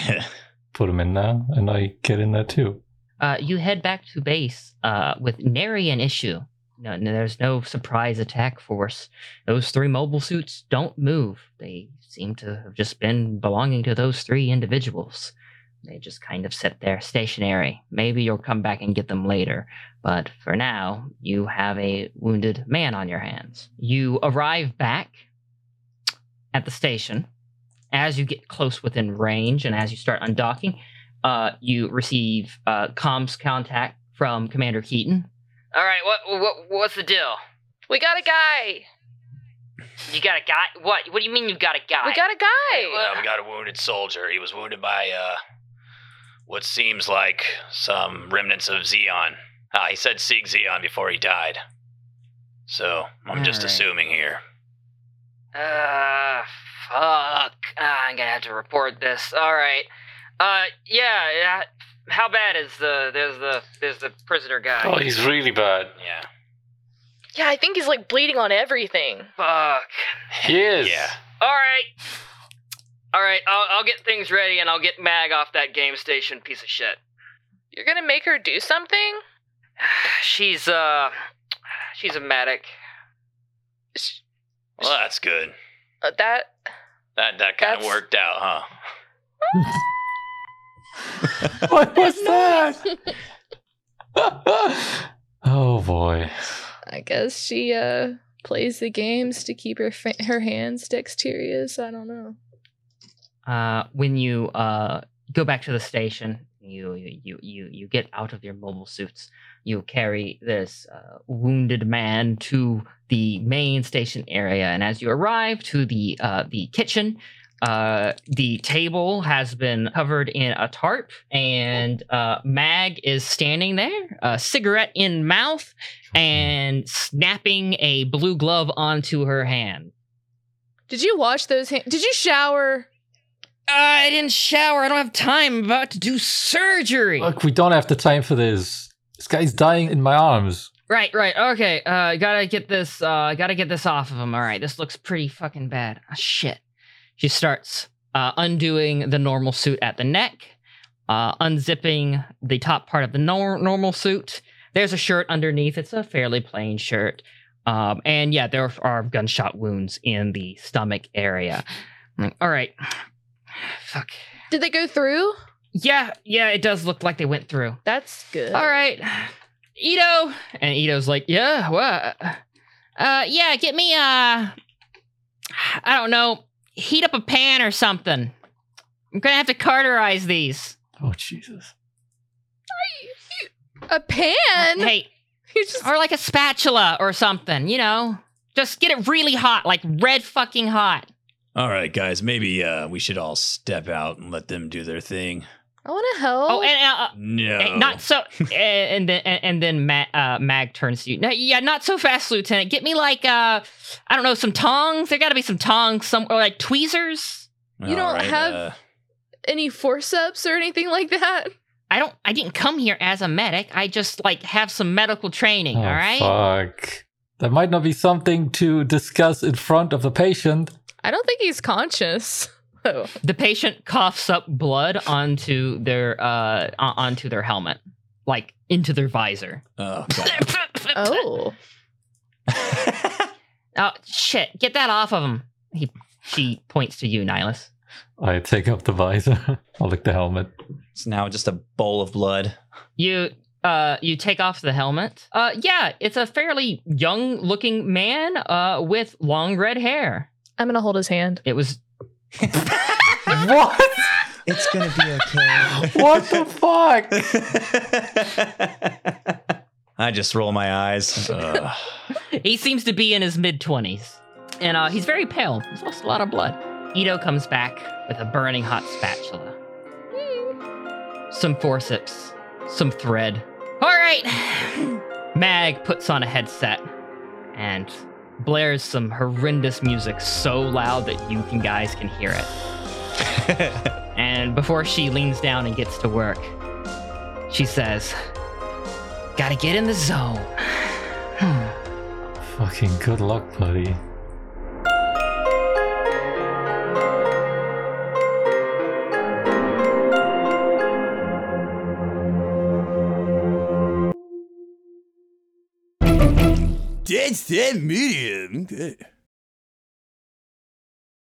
Speaker 4: Put him in now, and I get in there too.
Speaker 2: Uh, you head back to base uh, with nary an issue. No, no, there's no surprise attack force. Those three mobile suits don't move. They seem to have just been belonging to those three individuals. They just kind of sit there stationary. Maybe you'll come back and get them later, but for now, you have a wounded man on your hands. You arrive back at the station. As you get close within range and as you start undocking, uh, you receive uh, comms contact from Commander Keaton.
Speaker 8: All right, what what what's the deal?
Speaker 1: We got a guy.
Speaker 8: You got a guy? What? What do you mean you got a guy?
Speaker 1: We got a guy.
Speaker 5: Uh, we got a wounded soldier. He was wounded by uh, what seems like some remnants of Xeon. Ah, he said Sig Xeon before he died. So I'm just
Speaker 2: Alright.
Speaker 5: assuming here.
Speaker 8: Uh, fuck. Ah, I'm gonna have to report this. All right. Uh, yeah. yeah. How bad is the there's the there's the prisoner guy?
Speaker 4: Oh, he's really bad.
Speaker 5: Yeah.
Speaker 1: Yeah, I think he's like bleeding on everything.
Speaker 8: Fuck.
Speaker 4: He is.
Speaker 5: Yeah.
Speaker 8: All right. All right. I'll I'll get things ready and I'll get Mag off that game station piece of shit.
Speaker 1: You're gonna make her do something?
Speaker 8: She's uh, she's a medic.
Speaker 1: Sh-
Speaker 5: Well, that's good.
Speaker 1: uh, That
Speaker 5: That that kind of
Speaker 1: That's-
Speaker 5: worked out, huh?
Speaker 4: What was that? oh boy.
Speaker 1: I guess she uh plays the games to keep her fa- her hands dexterous. I don't know.
Speaker 2: Uh, when you uh, go back to the station, you, you you you get out of your mobile suits. You carry this uh, wounded man to the main station area, and as you arrive to the uh, the kitchen, Uh, the table has been covered in a tarp, and uh, Mag is standing there, a cigarette in mouth, and snapping a blue glove onto her hand.
Speaker 1: Did you wash those hands? Did you shower?
Speaker 2: Uh, I didn't shower. I don't have time. I'm about to do surgery.
Speaker 4: Look, we don't have the time for this. This guy's dying in my arms.
Speaker 2: Right, right. Okay. Uh gotta get this uh gotta get this off of him. All right. This looks pretty fucking bad. Ah, shit. She starts uh undoing the normal suit at the neck, uh unzipping the top part of the nor- normal suit. There's a shirt underneath. It's a fairly plain shirt. Um and yeah, there are gunshot wounds in the stomach area. Like, All right. Fuck.
Speaker 1: Did they go through?
Speaker 2: Yeah, yeah, it does look like they went through.
Speaker 1: That's good.
Speaker 2: All right, Ito. And Ito's like, yeah, what? Uh, yeah, get me, uh, I don't know, heat up a pan or something. I'm gonna have to carterize these.
Speaker 4: Oh Jesus!
Speaker 1: A pan?
Speaker 2: Hey,
Speaker 1: You just-
Speaker 2: or like a spatula or something, you know? Just get it really hot, like red fucking hot.
Speaker 3: All right, guys, maybe uh, we should all step out and let them do their thing.
Speaker 1: I want to help.
Speaker 2: Oh, and
Speaker 1: Eh,
Speaker 2: uh,
Speaker 3: No,
Speaker 2: Uh, Not so. uh, and then and, and then Ma- uh, Mag turns to you. No, yeah, not so fast, Lieutenant. Get me like uh, I don't know, some tongs. There got to be some tongs, some or like tweezers.
Speaker 1: You don't have-
Speaker 3: uh,
Speaker 1: Any forceps or anything like that?
Speaker 2: I don't. I didn't come here as a medic. I just like have some medical training.
Speaker 4: Oh,
Speaker 2: all right.
Speaker 4: Fuck. That might not be something to discuss in front of the patient.
Speaker 1: I don't think he's conscious. Oh.
Speaker 2: The patient coughs up blood onto their uh o- onto their helmet, like into their visor.
Speaker 3: oh, God.
Speaker 1: oh.
Speaker 2: Oh shit! Get that off of him. He she points to you, Nihilus.
Speaker 4: I take up the visor. I lick the helmet.
Speaker 6: It's now just a bowl of blood.
Speaker 2: You uh you take off the helmet. Uh yeah, it's a fairly young looking man uh with long red hair.
Speaker 1: I'm going to hold his hand.
Speaker 2: It was
Speaker 4: what?
Speaker 9: It's gonna be okay.
Speaker 4: What the fuck?
Speaker 6: I just roll my eyes.
Speaker 3: Uh,
Speaker 2: he seems to be in his mid 20s. And uh he's very pale. He's lost a lot of blood. Ito comes back with a burning hot spatula. Hmm. Some forceps, some thread. All right. Mag puts on a headset and blares some horrendous music so loud that you can guys can hear it. And before she leans down and gets to work, she says, Gotta get in the zone.
Speaker 4: Fucking good luck, buddy.
Speaker 9: Dead Set Medium. Good.